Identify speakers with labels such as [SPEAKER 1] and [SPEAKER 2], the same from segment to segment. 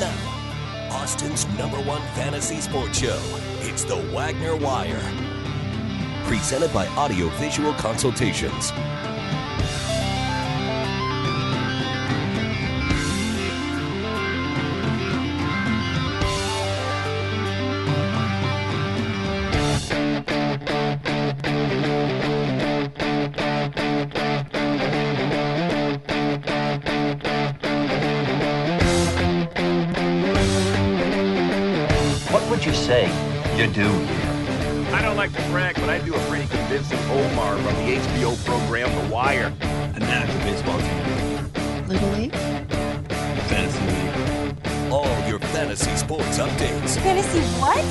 [SPEAKER 1] Now, Austin's number one fantasy sports show. It's the Wagner Wire. Presented by Audio Visual Consultations.
[SPEAKER 2] What would you say you do here?
[SPEAKER 3] I don't like to brag, but I do a pretty convincing Omar from the HBO program The Wire.
[SPEAKER 4] an active baseball team,
[SPEAKER 5] Little League?
[SPEAKER 4] fantasy league,
[SPEAKER 1] All your fantasy sports updates.
[SPEAKER 6] Fantasy what?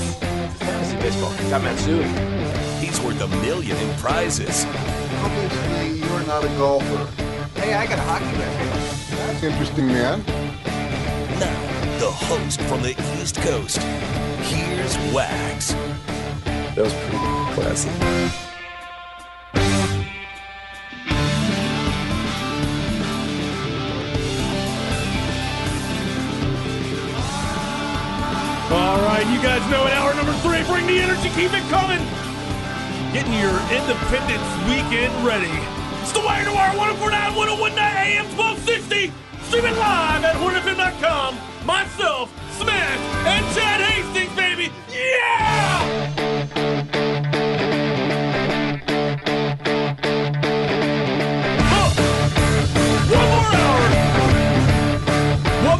[SPEAKER 3] Fantasy baseball. Got Matsui.
[SPEAKER 1] He's worth a million in prizes.
[SPEAKER 7] Obviously, you're not a golfer.
[SPEAKER 8] Hey, I got a hockey reference.
[SPEAKER 7] That's interesting, man.
[SPEAKER 1] Now, the host from the East Coast. Here's Wags.
[SPEAKER 3] That was pretty classy.
[SPEAKER 9] All right, you guys know it. Hour number three. Bring the energy. Keep it coming. Getting your independence weekend ready. It's the Wire oh to Wire 1049, 1019 AM 1260. Streaming live at hornfm.com. Myself, Smash, and Chad Hastings, baby. Yeah! Huh. Oh, One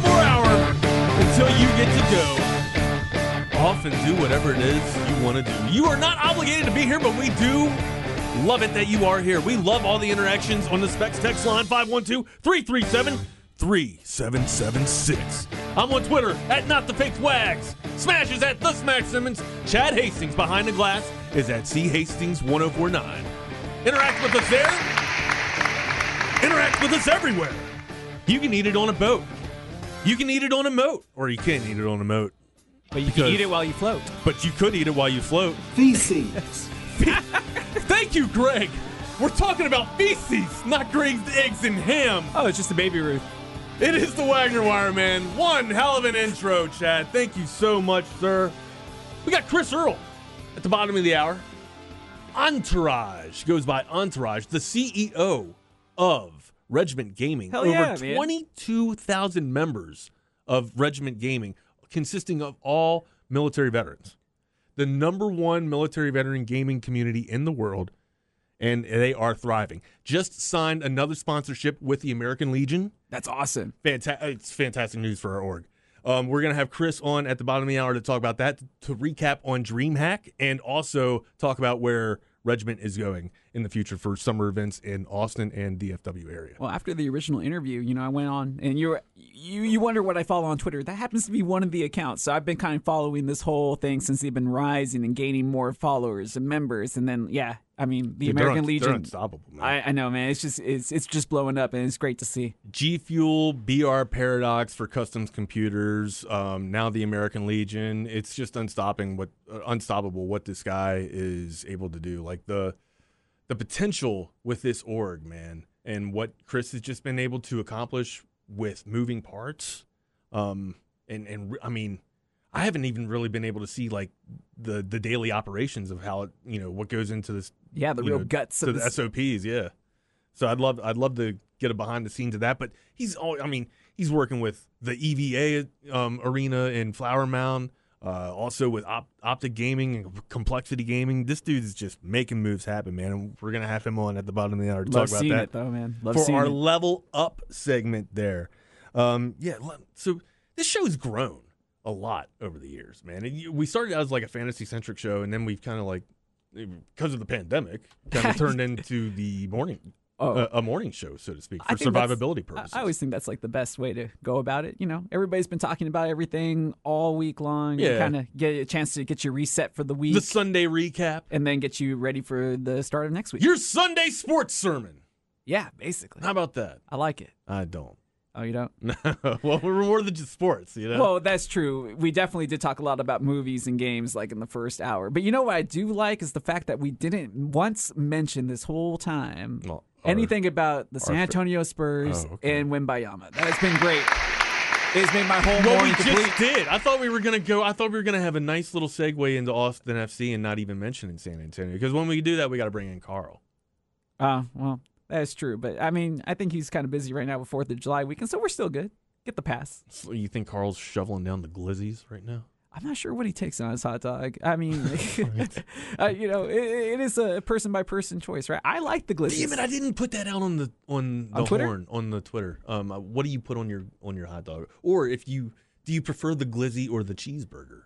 [SPEAKER 9] more hour. One more hour until you get to go off and do whatever it is you want to do. You are not obligated to be here, but we do love it that you are here. We love all the interactions on the Specs text line 512 337 3776. I'm on Twitter at Not the Faked Wags. Smash is at The Smash Simmons. Chad Hastings behind the glass is at C Hastings 1049. Interact with us there. Interact with us everywhere. You can eat it on a boat. You can eat it on a moat, or you can't eat it on a moat.
[SPEAKER 10] But you
[SPEAKER 9] Because-
[SPEAKER 10] can eat it while you float.
[SPEAKER 9] But you could eat it while you float.
[SPEAKER 8] Feces.
[SPEAKER 9] Thank you, Greg. We're talking about feces, not Greg's eggs and ham.
[SPEAKER 10] Oh, it's just a baby Ruth.
[SPEAKER 9] It is the Wagner Wire, man. One hell of an intro, Chad. Thank you so much, sir. We got Chris Earl at the bottom of the hour. Entourage goes by Entourage, the CEO of Regiment Gaming.
[SPEAKER 10] Hell
[SPEAKER 9] Over
[SPEAKER 10] yeah, man.
[SPEAKER 9] 22,000 members of Regiment Gaming, consisting of all military veterans. The number one military veteran gaming community in the world, and they are thriving. Just signed another sponsorship with the American Legion.
[SPEAKER 10] That's awesome.
[SPEAKER 9] Fanta- uh, it's fantastic news for our org. Um, we're going to have Chris on at the bottom of the hour to talk about that, to recap on DreamHack, and also talk about where Regiment is going in the future for summer events in Austin and DFW area.
[SPEAKER 10] Well, after the original interview, you know, I went on and you were, you you wonder what I follow on Twitter. That happens to be one of the accounts. So I've been kind of following this whole thing since they've been rising and gaining more followers and members. And then yeah, I mean, the
[SPEAKER 9] Dude, they're
[SPEAKER 10] American
[SPEAKER 9] un- They're
[SPEAKER 10] Legion.
[SPEAKER 9] unstoppable, man.
[SPEAKER 10] I, I know, man. It's just it's it's just blowing up, and it's great to see.
[SPEAKER 9] G Fuel, BR Paradox for customs computers, um, now the American Legion. It's just unstopping what uh, unstoppable what this guy is able to do. Like the the potential with this org, man, and what Chris has just been able to accomplish with moving parts. Um, and and re- I mean, I haven't even really been able to see like the the daily operations of how it, you know what goes into this
[SPEAKER 10] Yeah, the
[SPEAKER 9] you
[SPEAKER 10] real
[SPEAKER 9] know,
[SPEAKER 10] guts
[SPEAKER 9] to
[SPEAKER 10] of
[SPEAKER 9] the
[SPEAKER 10] this.
[SPEAKER 9] SOPs. Yeah. So I'd love I'd love to get a behind the scenes of that. But E he's all I mean he's working with the EVA um, arena in Flower Mound. Uh, also with Op- Optic Gaming and Complexity Gaming, this dude's just making moves happen, man. And we're gonna have him on at the bottom of the hour to talk
[SPEAKER 10] Love
[SPEAKER 9] about
[SPEAKER 10] seeing
[SPEAKER 9] that
[SPEAKER 10] it though, man. Love
[SPEAKER 9] for
[SPEAKER 10] seeing
[SPEAKER 9] our
[SPEAKER 10] it.
[SPEAKER 9] level up segment there. Um, yeah, le- so this show's grown a lot over the years, man. And you- we started out as like a fantasy centric show, and then we've kind of like because of the pandemic, kind of turned into the morning
[SPEAKER 10] Oh.
[SPEAKER 9] uh, a morning show, so to speak,
[SPEAKER 10] I
[SPEAKER 9] for
[SPEAKER 10] think that's-
[SPEAKER 9] survivability
[SPEAKER 10] I-
[SPEAKER 9] purposes.
[SPEAKER 10] I always think that's like the best way to go about it. You know, everybody's been talking about everything all week long.
[SPEAKER 9] Yeah.
[SPEAKER 10] Kind of get a chance to get you reset for the week
[SPEAKER 9] the Sunday recap,
[SPEAKER 10] and then get you ready for the start of next week.
[SPEAKER 9] your Sunday sports sermon.
[SPEAKER 10] yeah, basically.
[SPEAKER 9] How about that?
[SPEAKER 10] I like it.
[SPEAKER 9] I don't.
[SPEAKER 10] Oh, you don't?
[SPEAKER 9] No, well, we're more than just sports, you know.
[SPEAKER 10] Well, that's true. We definitely did talk a lot about movies and games like in the first hour. But you know what I do like is the fact that we didn't once mention this whole time
[SPEAKER 9] Well, our-
[SPEAKER 10] anything about the San
[SPEAKER 9] our-
[SPEAKER 10] Antonio Spurs
[SPEAKER 9] Oh, okay.
[SPEAKER 10] and Wimbayama. That has been great. It's made my whole
[SPEAKER 9] Well, we
[SPEAKER 10] morning
[SPEAKER 9] just
[SPEAKER 10] complete.
[SPEAKER 9] did. I thought we were gonna go. I thought we were gonna have a nice little segue into Austin FC and not even mentioning San Antonio because when we do that, we got to bring in Carl.
[SPEAKER 10] Uh, well, that's true. But I mean, I think he's kind of busy right now with Fourth of July weekend, so we're still good. Get the pass.
[SPEAKER 9] So you think Carl's shoveling down the glizzies right now?
[SPEAKER 10] I'm not sure what he takes on his hot dog. I mean, uh, you know, it, it is a person by person choice, right? I like the glizzy.
[SPEAKER 9] Damn it! I didn't put that out on the on the
[SPEAKER 10] On Twitter?
[SPEAKER 9] horn on the Twitter. Um, uh, what do you put on your on your hot dog? Or if you do you prefer the glizzy or the cheeseburger?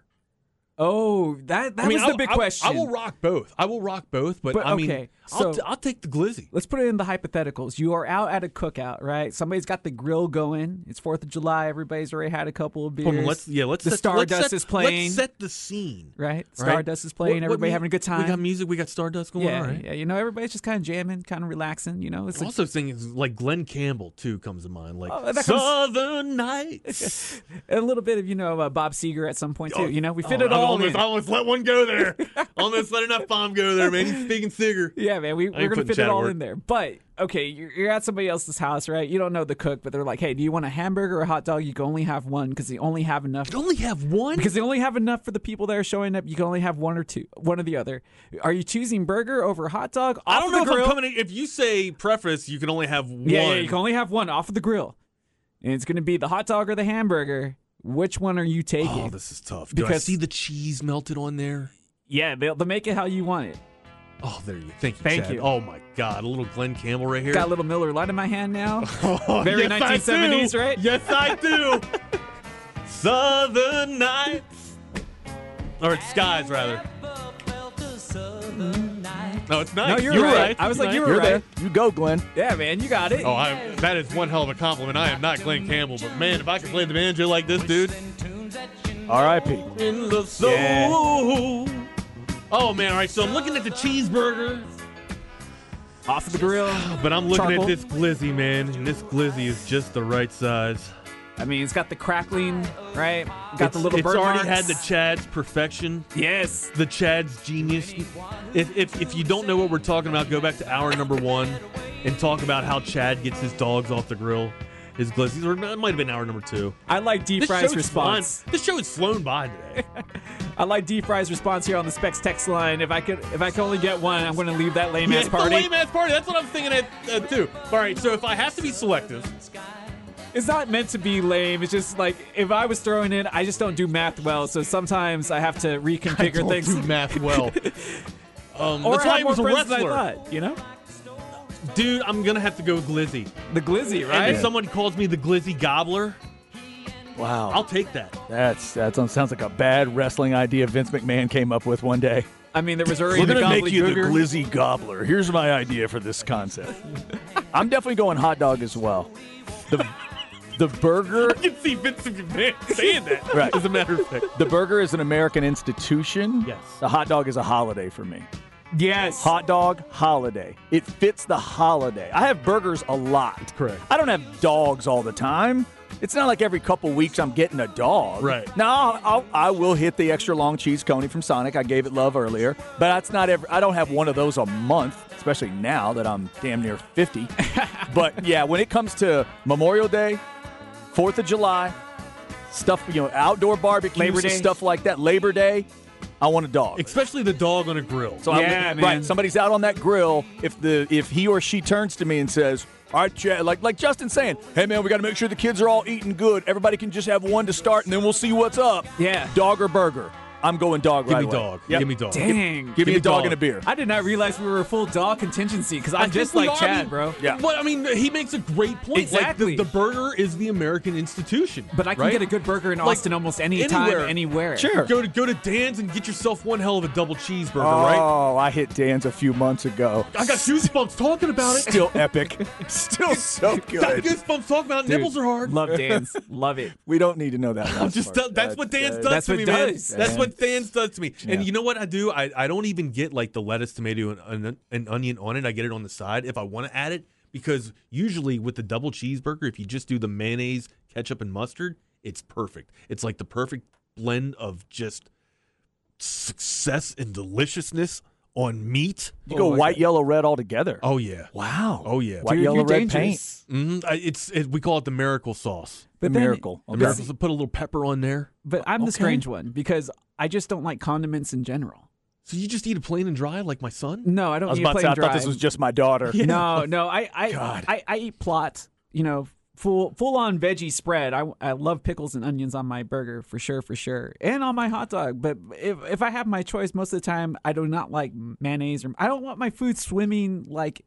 [SPEAKER 10] Oh, that that
[SPEAKER 9] I mean,
[SPEAKER 10] was the
[SPEAKER 9] I-
[SPEAKER 10] big
[SPEAKER 9] I-
[SPEAKER 10] question.
[SPEAKER 9] I will rock both. I will rock both, but,
[SPEAKER 10] But,
[SPEAKER 9] I mean,
[SPEAKER 10] okay,
[SPEAKER 9] I'll,
[SPEAKER 10] so-
[SPEAKER 9] t- I'll take the glizzy.
[SPEAKER 10] Let's put it in the hypotheticals. You are out at a cookout, right? Somebody's got the grill going. It's Fourth of July. Everybody's already had a couple of beers.
[SPEAKER 9] Hold on, let's yeah, let's
[SPEAKER 10] the
[SPEAKER 9] set,
[SPEAKER 10] Stardust
[SPEAKER 9] let's set,
[SPEAKER 10] is playing.
[SPEAKER 9] Let's set the scene.
[SPEAKER 10] right?
[SPEAKER 9] All right.
[SPEAKER 10] Stardust is playing.
[SPEAKER 9] What- what
[SPEAKER 10] everybody
[SPEAKER 9] mu-
[SPEAKER 10] having a good time.
[SPEAKER 9] We got music. We got Stardust going.
[SPEAKER 10] yeah,
[SPEAKER 9] all right.
[SPEAKER 10] yeah. You know, everybody's just kind of jamming, kind of relaxing. You know, it's like,
[SPEAKER 9] also thing is like Glenn Campbell too comes to mind. Like
[SPEAKER 10] Oh, that comes-
[SPEAKER 9] Southern Nights.
[SPEAKER 10] a little bit of you know uh, Bob Seger at some point too. You know, we fit
[SPEAKER 9] Oh,
[SPEAKER 10] it
[SPEAKER 9] I
[SPEAKER 10] all
[SPEAKER 9] almost,
[SPEAKER 10] in.
[SPEAKER 9] I almost let one go there. almost let enough bomb go there, man. He's speaking Seeger.
[SPEAKER 10] Yeah, man, we, we're gonna
[SPEAKER 9] putting
[SPEAKER 10] fit
[SPEAKER 9] Chad
[SPEAKER 10] it
[SPEAKER 9] to
[SPEAKER 10] all
[SPEAKER 9] work.
[SPEAKER 10] in there. But okay, you're, you're at somebody else's house, right? You don't know the cook, but they're like, "Hey, do you want a hamburger or a hot dog? You can only have one because they only have enough
[SPEAKER 9] You only have one.
[SPEAKER 10] because they only have enough for the people that are showing up. You can only have one or two, one or the other. Are you choosing burger over hot dog?
[SPEAKER 9] I
[SPEAKER 10] Off
[SPEAKER 9] don't
[SPEAKER 10] the
[SPEAKER 9] know if
[SPEAKER 10] grill.
[SPEAKER 9] I'm coming. In, if you say preface, you can only have one.
[SPEAKER 10] Yeah, yeah, you can only have one off of the grill, and it's going to be the hot dog or the hamburger. Which one are you taking?
[SPEAKER 9] Oh, this is tough. Do I
[SPEAKER 10] Because-
[SPEAKER 9] see the cheese melted on there?
[SPEAKER 10] yeah, they'll, they'll make it how you want it.
[SPEAKER 9] Oh, there you. Thank you.
[SPEAKER 10] Thank
[SPEAKER 9] Chad.
[SPEAKER 10] you.
[SPEAKER 9] Oh my God, a little Glenn Campbell right here.
[SPEAKER 10] Got a little Miller Lite in my hand now.
[SPEAKER 9] Oh,
[SPEAKER 10] Very
[SPEAKER 9] yes, I
[SPEAKER 10] 1970s,
[SPEAKER 9] do.
[SPEAKER 10] right?
[SPEAKER 9] Yes, I do. Southern Nights. Or skies, rather. No, it's nice.
[SPEAKER 10] No, you're
[SPEAKER 9] You're
[SPEAKER 10] right.
[SPEAKER 9] right.
[SPEAKER 10] I was
[SPEAKER 9] You're
[SPEAKER 10] like,
[SPEAKER 9] right.
[SPEAKER 10] you were
[SPEAKER 5] You're
[SPEAKER 10] right.
[SPEAKER 5] there. You go, Glenn.
[SPEAKER 10] Yeah, man, you got it.
[SPEAKER 9] Oh, I, that is one hell of a compliment. I am not Glenn Campbell, but man, if I could play the banjo like this dude.
[SPEAKER 5] R.I.P.
[SPEAKER 9] In the soul. Oh, man. All right, so I'm looking at the cheeseburger,
[SPEAKER 10] Off of the grill.
[SPEAKER 9] but I'm looking
[SPEAKER 10] Charcoal.
[SPEAKER 9] at this glizzy, man. And this glizzy is just the right size.
[SPEAKER 10] I mean, it's got the crackling, right? Got the
[SPEAKER 9] It's-
[SPEAKER 10] little
[SPEAKER 9] It's
[SPEAKER 10] bird
[SPEAKER 9] already
[SPEAKER 10] marks.
[SPEAKER 9] had the Chad's perfection.
[SPEAKER 10] Yes.
[SPEAKER 9] the Chad's genius. If, if, if you don't know what we're talking about, go back to hour number one and talk about how Chad gets his dogs off the grill, his glizzies, or no, it might have been hour number two.
[SPEAKER 10] I like deep
[SPEAKER 9] This
[SPEAKER 10] fries
[SPEAKER 9] show's
[SPEAKER 10] response.
[SPEAKER 9] flown- This show is flown by today.
[SPEAKER 10] I like D Fry's response here on the Specs text line. If I could, if I could only get one, I'm going to leave that lame
[SPEAKER 9] Yeah,
[SPEAKER 10] ass
[SPEAKER 9] it's a
[SPEAKER 10] party.
[SPEAKER 9] lame ass party. That's what I'm thinking at uh, too. All right, so if I have to be selective,
[SPEAKER 10] It's not meant to be lame. It's just like if I was throwing in, I just don't do math well, so sometimes I have to reconfigure
[SPEAKER 9] don't
[SPEAKER 10] things.
[SPEAKER 9] do math well. Um,
[SPEAKER 10] or
[SPEAKER 9] that's
[SPEAKER 10] I
[SPEAKER 9] why
[SPEAKER 10] have
[SPEAKER 9] he
[SPEAKER 10] more
[SPEAKER 9] was a
[SPEAKER 10] friends than I
[SPEAKER 9] wrestler,
[SPEAKER 10] thought, you know,
[SPEAKER 9] dude. I'm gonna have to go glizzy.
[SPEAKER 10] the glizzy,
[SPEAKER 9] And
[SPEAKER 10] right?
[SPEAKER 9] if someone calls me the glizzy gobbler, I'll
[SPEAKER 5] Wow.
[SPEAKER 9] take that.
[SPEAKER 5] That's that sounds like a bad wrestling idea Vince McMahon came up with one day.
[SPEAKER 10] I mean, there was already
[SPEAKER 5] We're
[SPEAKER 10] the
[SPEAKER 5] gonna make you the
[SPEAKER 10] gobbledygooker.
[SPEAKER 5] glizzy gobbler. Here's my idea for this concept. I'm definitely going hot dog as well. The the burger
[SPEAKER 9] You can see Vince McMahon saying that.
[SPEAKER 5] Right.
[SPEAKER 9] As a matter of fact.
[SPEAKER 5] the burger is an American institution.
[SPEAKER 9] Yes.
[SPEAKER 5] The hot dog is a holiday for me.
[SPEAKER 10] Yes.
[SPEAKER 5] Hot dog holiday. It fits the holiday. I have burgers a lot.
[SPEAKER 9] Correct.
[SPEAKER 5] I don't have dogs all the time. It's not like every couple weeks I'm getting a dog.
[SPEAKER 9] Right.
[SPEAKER 5] No, I'll, I will hit the extra long cheese coney from Sonic. I gave it love earlier, but that's not every. I don't have one of those a month, especially now that I'm damn near fifty. but yeah, when it comes to Memorial Day, Fourth of July, stuff you know, outdoor barbecues,
[SPEAKER 10] Labor
[SPEAKER 5] and
[SPEAKER 10] Day.
[SPEAKER 5] stuff like that. Labor Day, I want a dog.
[SPEAKER 9] Especially the dog on a grill.
[SPEAKER 5] So I
[SPEAKER 10] Yeah,
[SPEAKER 5] would-
[SPEAKER 10] man.
[SPEAKER 5] right. Somebody's out on that grill. If the if he or she turns to me and says, All right, Chad, like like Justin saying, hey man, we got to make sure the kids are all eating good. Everybody can just have one to start, and then we'll see what's up.
[SPEAKER 10] Yeah.
[SPEAKER 5] dog or burger? I'm going dog.
[SPEAKER 9] Give
[SPEAKER 5] right
[SPEAKER 9] me
[SPEAKER 5] away.
[SPEAKER 9] dog.
[SPEAKER 5] Yep.
[SPEAKER 9] Give me dog.
[SPEAKER 10] Dang.
[SPEAKER 5] Give, me a dog,
[SPEAKER 9] dog.
[SPEAKER 5] and a beer.
[SPEAKER 10] I did not realize we were a full dog contingency because
[SPEAKER 9] I
[SPEAKER 10] I'm
[SPEAKER 9] think
[SPEAKER 10] just
[SPEAKER 9] we
[SPEAKER 10] like
[SPEAKER 9] are. I
[SPEAKER 10] Chad,
[SPEAKER 9] mean,
[SPEAKER 10] bro.
[SPEAKER 5] Yeah.
[SPEAKER 9] But I mean, he makes a great point. Like, the-
[SPEAKER 10] Exactly.
[SPEAKER 9] the, burger is the American institution.
[SPEAKER 10] But I can
[SPEAKER 9] right?
[SPEAKER 10] get a good burger in
[SPEAKER 9] Like,
[SPEAKER 10] Austin almost any time, anywhere.
[SPEAKER 9] Go to go to Dan's and get yourself one hell of a double cheeseburger, right?
[SPEAKER 5] Oh, I hit Dan's a few months ago.
[SPEAKER 9] I got goosebumps talking about it.
[SPEAKER 5] Still epic. Still so
[SPEAKER 9] got
[SPEAKER 5] good.
[SPEAKER 9] goosebumps talking about it. nipples are hard.
[SPEAKER 10] Love dance. Love it.
[SPEAKER 5] We don't need to know that.
[SPEAKER 9] I'm
[SPEAKER 5] last
[SPEAKER 9] just
[SPEAKER 5] part.
[SPEAKER 9] that's what Dan's does
[SPEAKER 10] that's
[SPEAKER 9] to
[SPEAKER 10] what
[SPEAKER 9] me,
[SPEAKER 10] does.
[SPEAKER 9] man. That's what Dan's does to me.
[SPEAKER 5] Yeah.
[SPEAKER 9] And you know what I do? I, I don't even get like the lettuce, tomato, and, and, and onion on it. I get it on the side if I want to add it because usually with the double cheeseburger, if you just do the mayonnaise, ketchup, and mustard, it's perfect. It's like the perfect blend of just success and deliciousness on meat.
[SPEAKER 5] You go white, yellow, red all together.
[SPEAKER 9] Oh yeah.
[SPEAKER 5] wow.
[SPEAKER 9] Oh yeah.
[SPEAKER 5] White,
[SPEAKER 10] Dude,
[SPEAKER 5] yellow,
[SPEAKER 10] you're
[SPEAKER 5] red paint.
[SPEAKER 10] dangerous.
[SPEAKER 9] hmm I, it's it, we call it the miracle sauce.
[SPEAKER 10] But
[SPEAKER 5] the
[SPEAKER 10] then-
[SPEAKER 5] miracle.
[SPEAKER 9] The
[SPEAKER 5] Okay.
[SPEAKER 9] miracle sauce. Put a little pepper on there.
[SPEAKER 10] But I'm the
[SPEAKER 5] Okay.
[SPEAKER 10] strange one because I just don't like condiments in general.
[SPEAKER 9] So you just eat it plain and dry like my son?
[SPEAKER 10] No, I don't
[SPEAKER 5] I was
[SPEAKER 10] eat
[SPEAKER 5] about to
[SPEAKER 10] plain
[SPEAKER 5] say, I
[SPEAKER 10] dry.
[SPEAKER 5] thought this was just my daughter.
[SPEAKER 10] No, no, I I,
[SPEAKER 5] God.
[SPEAKER 10] I I eat plot. You know, full full on veggie spread. I, I love pickles and onions on my burger for sure, for sure, and on my hot dog. But if if I have my choice, most of the time I do not like mayonnaise or I don't want my food swimming like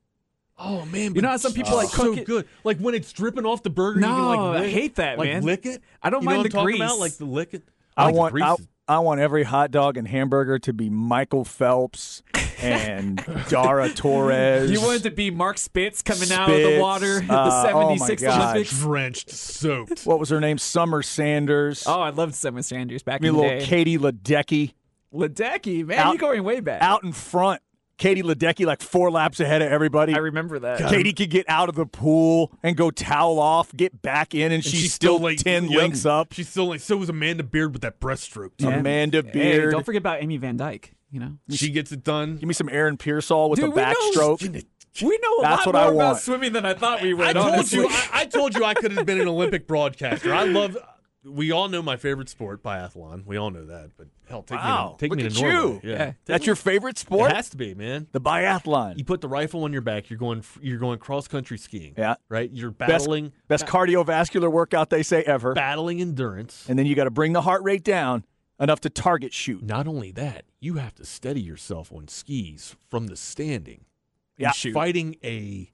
[SPEAKER 9] Oh man,
[SPEAKER 10] You
[SPEAKER 9] but
[SPEAKER 10] know how some
[SPEAKER 9] it's
[SPEAKER 10] people, like,
[SPEAKER 9] so
[SPEAKER 10] cook it-
[SPEAKER 9] good, like when it's dripping off the burger. you can,
[SPEAKER 10] No,
[SPEAKER 9] like,
[SPEAKER 10] I
[SPEAKER 9] lick-
[SPEAKER 10] hate that,
[SPEAKER 9] like,
[SPEAKER 10] man.
[SPEAKER 9] Lick it.
[SPEAKER 10] I don't
[SPEAKER 9] You
[SPEAKER 10] mind
[SPEAKER 9] know what
[SPEAKER 10] the
[SPEAKER 9] I'm talking About?
[SPEAKER 10] grease.
[SPEAKER 9] Like the lick it.
[SPEAKER 5] I
[SPEAKER 9] like the
[SPEAKER 5] want
[SPEAKER 9] grease
[SPEAKER 5] I,
[SPEAKER 9] is-
[SPEAKER 5] I want every hot dog and hamburger to be Michael Phelps and Dara Torres.
[SPEAKER 10] you wanted to be Mark Spitz coming out of the
[SPEAKER 5] Spitz,
[SPEAKER 10] water at the
[SPEAKER 5] uh, oh my
[SPEAKER 10] '76
[SPEAKER 5] God.
[SPEAKER 10] Olympics.
[SPEAKER 9] drenched, soaked.
[SPEAKER 5] what was her name? Summer Sanders.
[SPEAKER 10] Oh, I loved Summer Sanders back
[SPEAKER 5] Maybe
[SPEAKER 10] in the
[SPEAKER 5] little
[SPEAKER 10] day.
[SPEAKER 5] Katie Ledecky
[SPEAKER 10] Ledecky, man,
[SPEAKER 5] Out-
[SPEAKER 10] you're going way back.
[SPEAKER 5] out in front. Katie Ledecky like four laps ahead of everybody.
[SPEAKER 10] I remember that.
[SPEAKER 5] Katie could get out of the pool and go towel off, get back in, and, she's, still,
[SPEAKER 9] like
[SPEAKER 5] ten
[SPEAKER 9] yep.
[SPEAKER 5] links up.
[SPEAKER 9] She's still like so was Amanda Beard with that breaststroke. too.
[SPEAKER 10] Yeah.
[SPEAKER 5] Amanda
[SPEAKER 10] Hey,
[SPEAKER 5] Beard.
[SPEAKER 10] don't forget about Amy Van Dyke. You know,
[SPEAKER 9] She gets it done.
[SPEAKER 5] Give me some Aaron Pearsall with
[SPEAKER 10] Dude,
[SPEAKER 5] a
[SPEAKER 10] we know-
[SPEAKER 5] backstroke.
[SPEAKER 10] we know a
[SPEAKER 5] That's
[SPEAKER 10] lot
[SPEAKER 5] what I
[SPEAKER 10] more about
[SPEAKER 5] want.
[SPEAKER 10] swimming than I thought we would.
[SPEAKER 9] I told
[SPEAKER 10] honestly.
[SPEAKER 9] you. I, I told you I could have been an Olympic broadcaster. I love. We all know my favorite sport, biathlon. We all know that. But hell, take
[SPEAKER 5] Wow,
[SPEAKER 9] me to, take
[SPEAKER 5] look
[SPEAKER 9] me to
[SPEAKER 5] at
[SPEAKER 9] Norway.
[SPEAKER 5] you.
[SPEAKER 9] Yeah.
[SPEAKER 10] Yeah.
[SPEAKER 5] That's your favorite
[SPEAKER 9] It
[SPEAKER 5] sport?
[SPEAKER 9] has to be, man.
[SPEAKER 5] The biathlon.
[SPEAKER 9] You put the rifle on your back. You're going. You're going cross country skiing.
[SPEAKER 5] Yeah.
[SPEAKER 9] Right. You're
[SPEAKER 5] Best,
[SPEAKER 9] battling.
[SPEAKER 5] best cardiovascular workout they say ever.
[SPEAKER 9] battling endurance.
[SPEAKER 5] and then you got to bring the heart rate down enough to target shoot.
[SPEAKER 9] Not only that, you have to steady yourself on skis from the standing.
[SPEAKER 5] Yeah.
[SPEAKER 9] You're Fighting a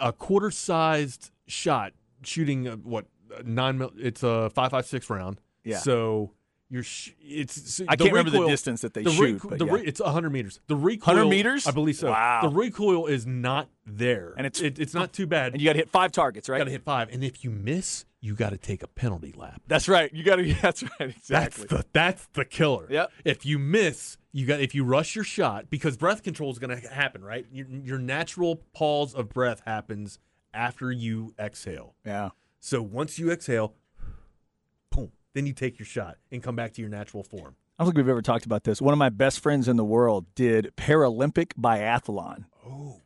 [SPEAKER 9] a quarter sized shot, shooting a, what a nine mil. It's a five five six round.
[SPEAKER 5] Yeah.
[SPEAKER 9] So you're sh- it's. so
[SPEAKER 5] I
[SPEAKER 9] the
[SPEAKER 5] can't remember the
[SPEAKER 9] recoil-
[SPEAKER 5] distance that they
[SPEAKER 9] the
[SPEAKER 5] shoot,
[SPEAKER 9] reco-
[SPEAKER 5] but
[SPEAKER 9] the
[SPEAKER 5] yeah.
[SPEAKER 9] re- it's hundred meters. The recoil,
[SPEAKER 5] meters?
[SPEAKER 9] I believe so.
[SPEAKER 5] Wow.
[SPEAKER 9] The recoil is not there,
[SPEAKER 5] And it's-
[SPEAKER 9] it, it's not too bad.
[SPEAKER 5] And you got to hit five targets, right?
[SPEAKER 9] got to hit five, and if you miss, you got to take a penalty lap.
[SPEAKER 5] That's right. You got to. That's right. Exactly.
[SPEAKER 9] That's the that's the killer.
[SPEAKER 5] Yep.
[SPEAKER 9] If you miss, you got if you rush your shot because breath control is going to happen, right? Your, your natural pause of breath happens after you exhale.
[SPEAKER 5] yeah.
[SPEAKER 9] So once you exhale, boom, then you take your shot and come back to your natural form.
[SPEAKER 5] I don't think we've ever talked about this. One of my best friends in the world did Paralympic biathlon. Oh.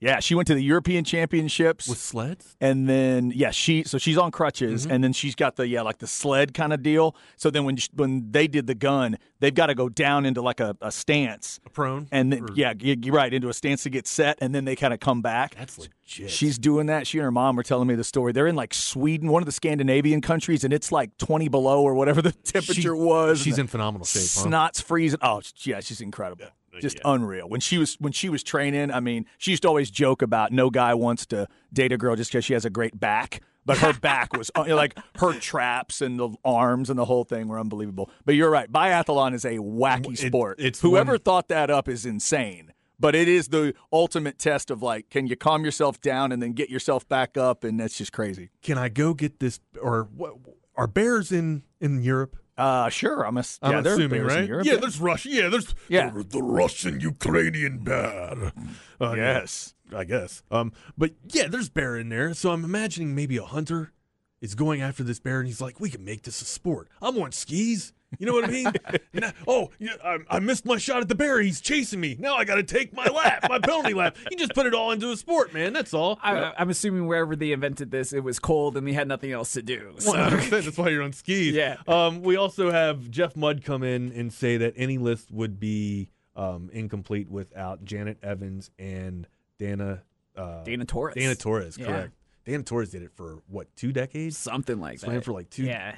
[SPEAKER 5] Yeah, she went to the European Championships.
[SPEAKER 9] With sleds?
[SPEAKER 5] and then yeah, she so she's on crutches, and then she's got the yeah like the sled kind of deal. So then when sh when they did the gun, they've got to go down into like a, a stance,
[SPEAKER 9] A prone?
[SPEAKER 5] and then
[SPEAKER 9] Or-
[SPEAKER 5] yeah, y- you're right into a stance to get set, and then they kind of come back.
[SPEAKER 9] That's legit.
[SPEAKER 5] She's doing that. She and her mom were telling me the story. They're in like Sweden, one of the Scandinavian countries, and it's like 20 below or whatever the temperature was.
[SPEAKER 9] she's
[SPEAKER 5] and
[SPEAKER 9] in phenomenal shape, huh?
[SPEAKER 5] Snot's freezing. Oh, sh- yeah, she's incredible. Just unreal. When she was when she was training, I mean, she used to always joke about no guy wants to date a girl just because she has a great back. But her back was un- like her traps and the arms and the whole thing were unbelievable. But you're right, biathlon is a wacky
[SPEAKER 9] It-
[SPEAKER 5] sport.
[SPEAKER 9] it's
[SPEAKER 5] whoever
[SPEAKER 9] one-
[SPEAKER 5] thought that up is insane. But it is the ultimate test of like, can you calm yourself down and then get yourself back up? And that's just crazy.
[SPEAKER 9] Can I go get this or what are bears in in Europe?
[SPEAKER 5] Uh, sure, I'm, a,
[SPEAKER 9] I'm
[SPEAKER 5] yeah, there are
[SPEAKER 9] assuming,
[SPEAKER 5] bears in
[SPEAKER 9] right?
[SPEAKER 5] Europe,
[SPEAKER 9] yeah, there's Russia. Yeah, there's
[SPEAKER 5] Yeah.
[SPEAKER 9] the, the Russian Ukrainian bear. Uh,
[SPEAKER 5] Yes.
[SPEAKER 9] I guess. Um, but yeah, there's bear in there. So I'm imagining maybe a hunter is going after this bear, and he's like, "We can make this a sport. I'm on skis." You know what I mean? Nah, oh, yeah, I, I missed my shot at the bear. He's chasing me. Now I got to take my lap, my penalty lap. You just put it all into a sport, man. That's all.
[SPEAKER 10] I, I'm assuming wherever they invented this, it was cold and they had nothing else to do. So.
[SPEAKER 9] 100%. That's why you're on skis.
[SPEAKER 10] Yeah.
[SPEAKER 9] Um, we also have Jeff Mudd come in and say that any list would be um, incomplete without Janet Evans and Dana uh,
[SPEAKER 10] Dana Torres.
[SPEAKER 9] Dana Torres,
[SPEAKER 10] Yeah.
[SPEAKER 9] correct. Dana Torres did it for what two decades?
[SPEAKER 10] Something like
[SPEAKER 9] Swam
[SPEAKER 10] that.
[SPEAKER 9] for like two.
[SPEAKER 10] Yeah.